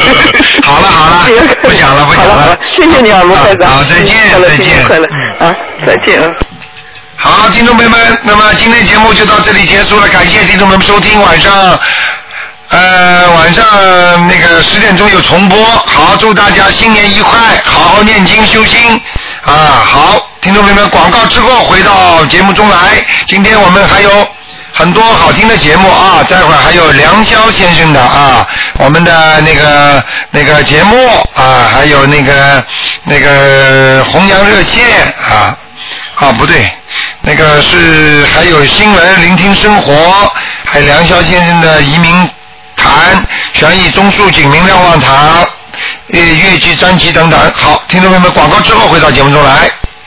B: 好了 好了，不讲了不讲了，
F: 谢谢你啊，卢台长。
B: 好再见
F: 快乐
B: 再
F: 新年
B: 见
F: 快乐啊，再见啊。
B: 好，听众朋友们，那么今天节目就到这里结束了，感谢听众朋友们收听，晚上，呃，晚上那个十点钟有重播。好，祝大家新年愉快，好好念经修心啊！好，听众朋友们，广告之后回到节目中来，今天我们还有。很多好听的节目啊，待会儿还有梁霄先生的啊，我们的那个那个节目啊，还有那个那个弘扬热线啊，啊不对，那个是还有新闻聆听生活，还有梁霄先生的移民谈、悬疑综述、警民瞭望塔、呃越剧专辑等等。好，听众朋友们，广告之后回到节目中来。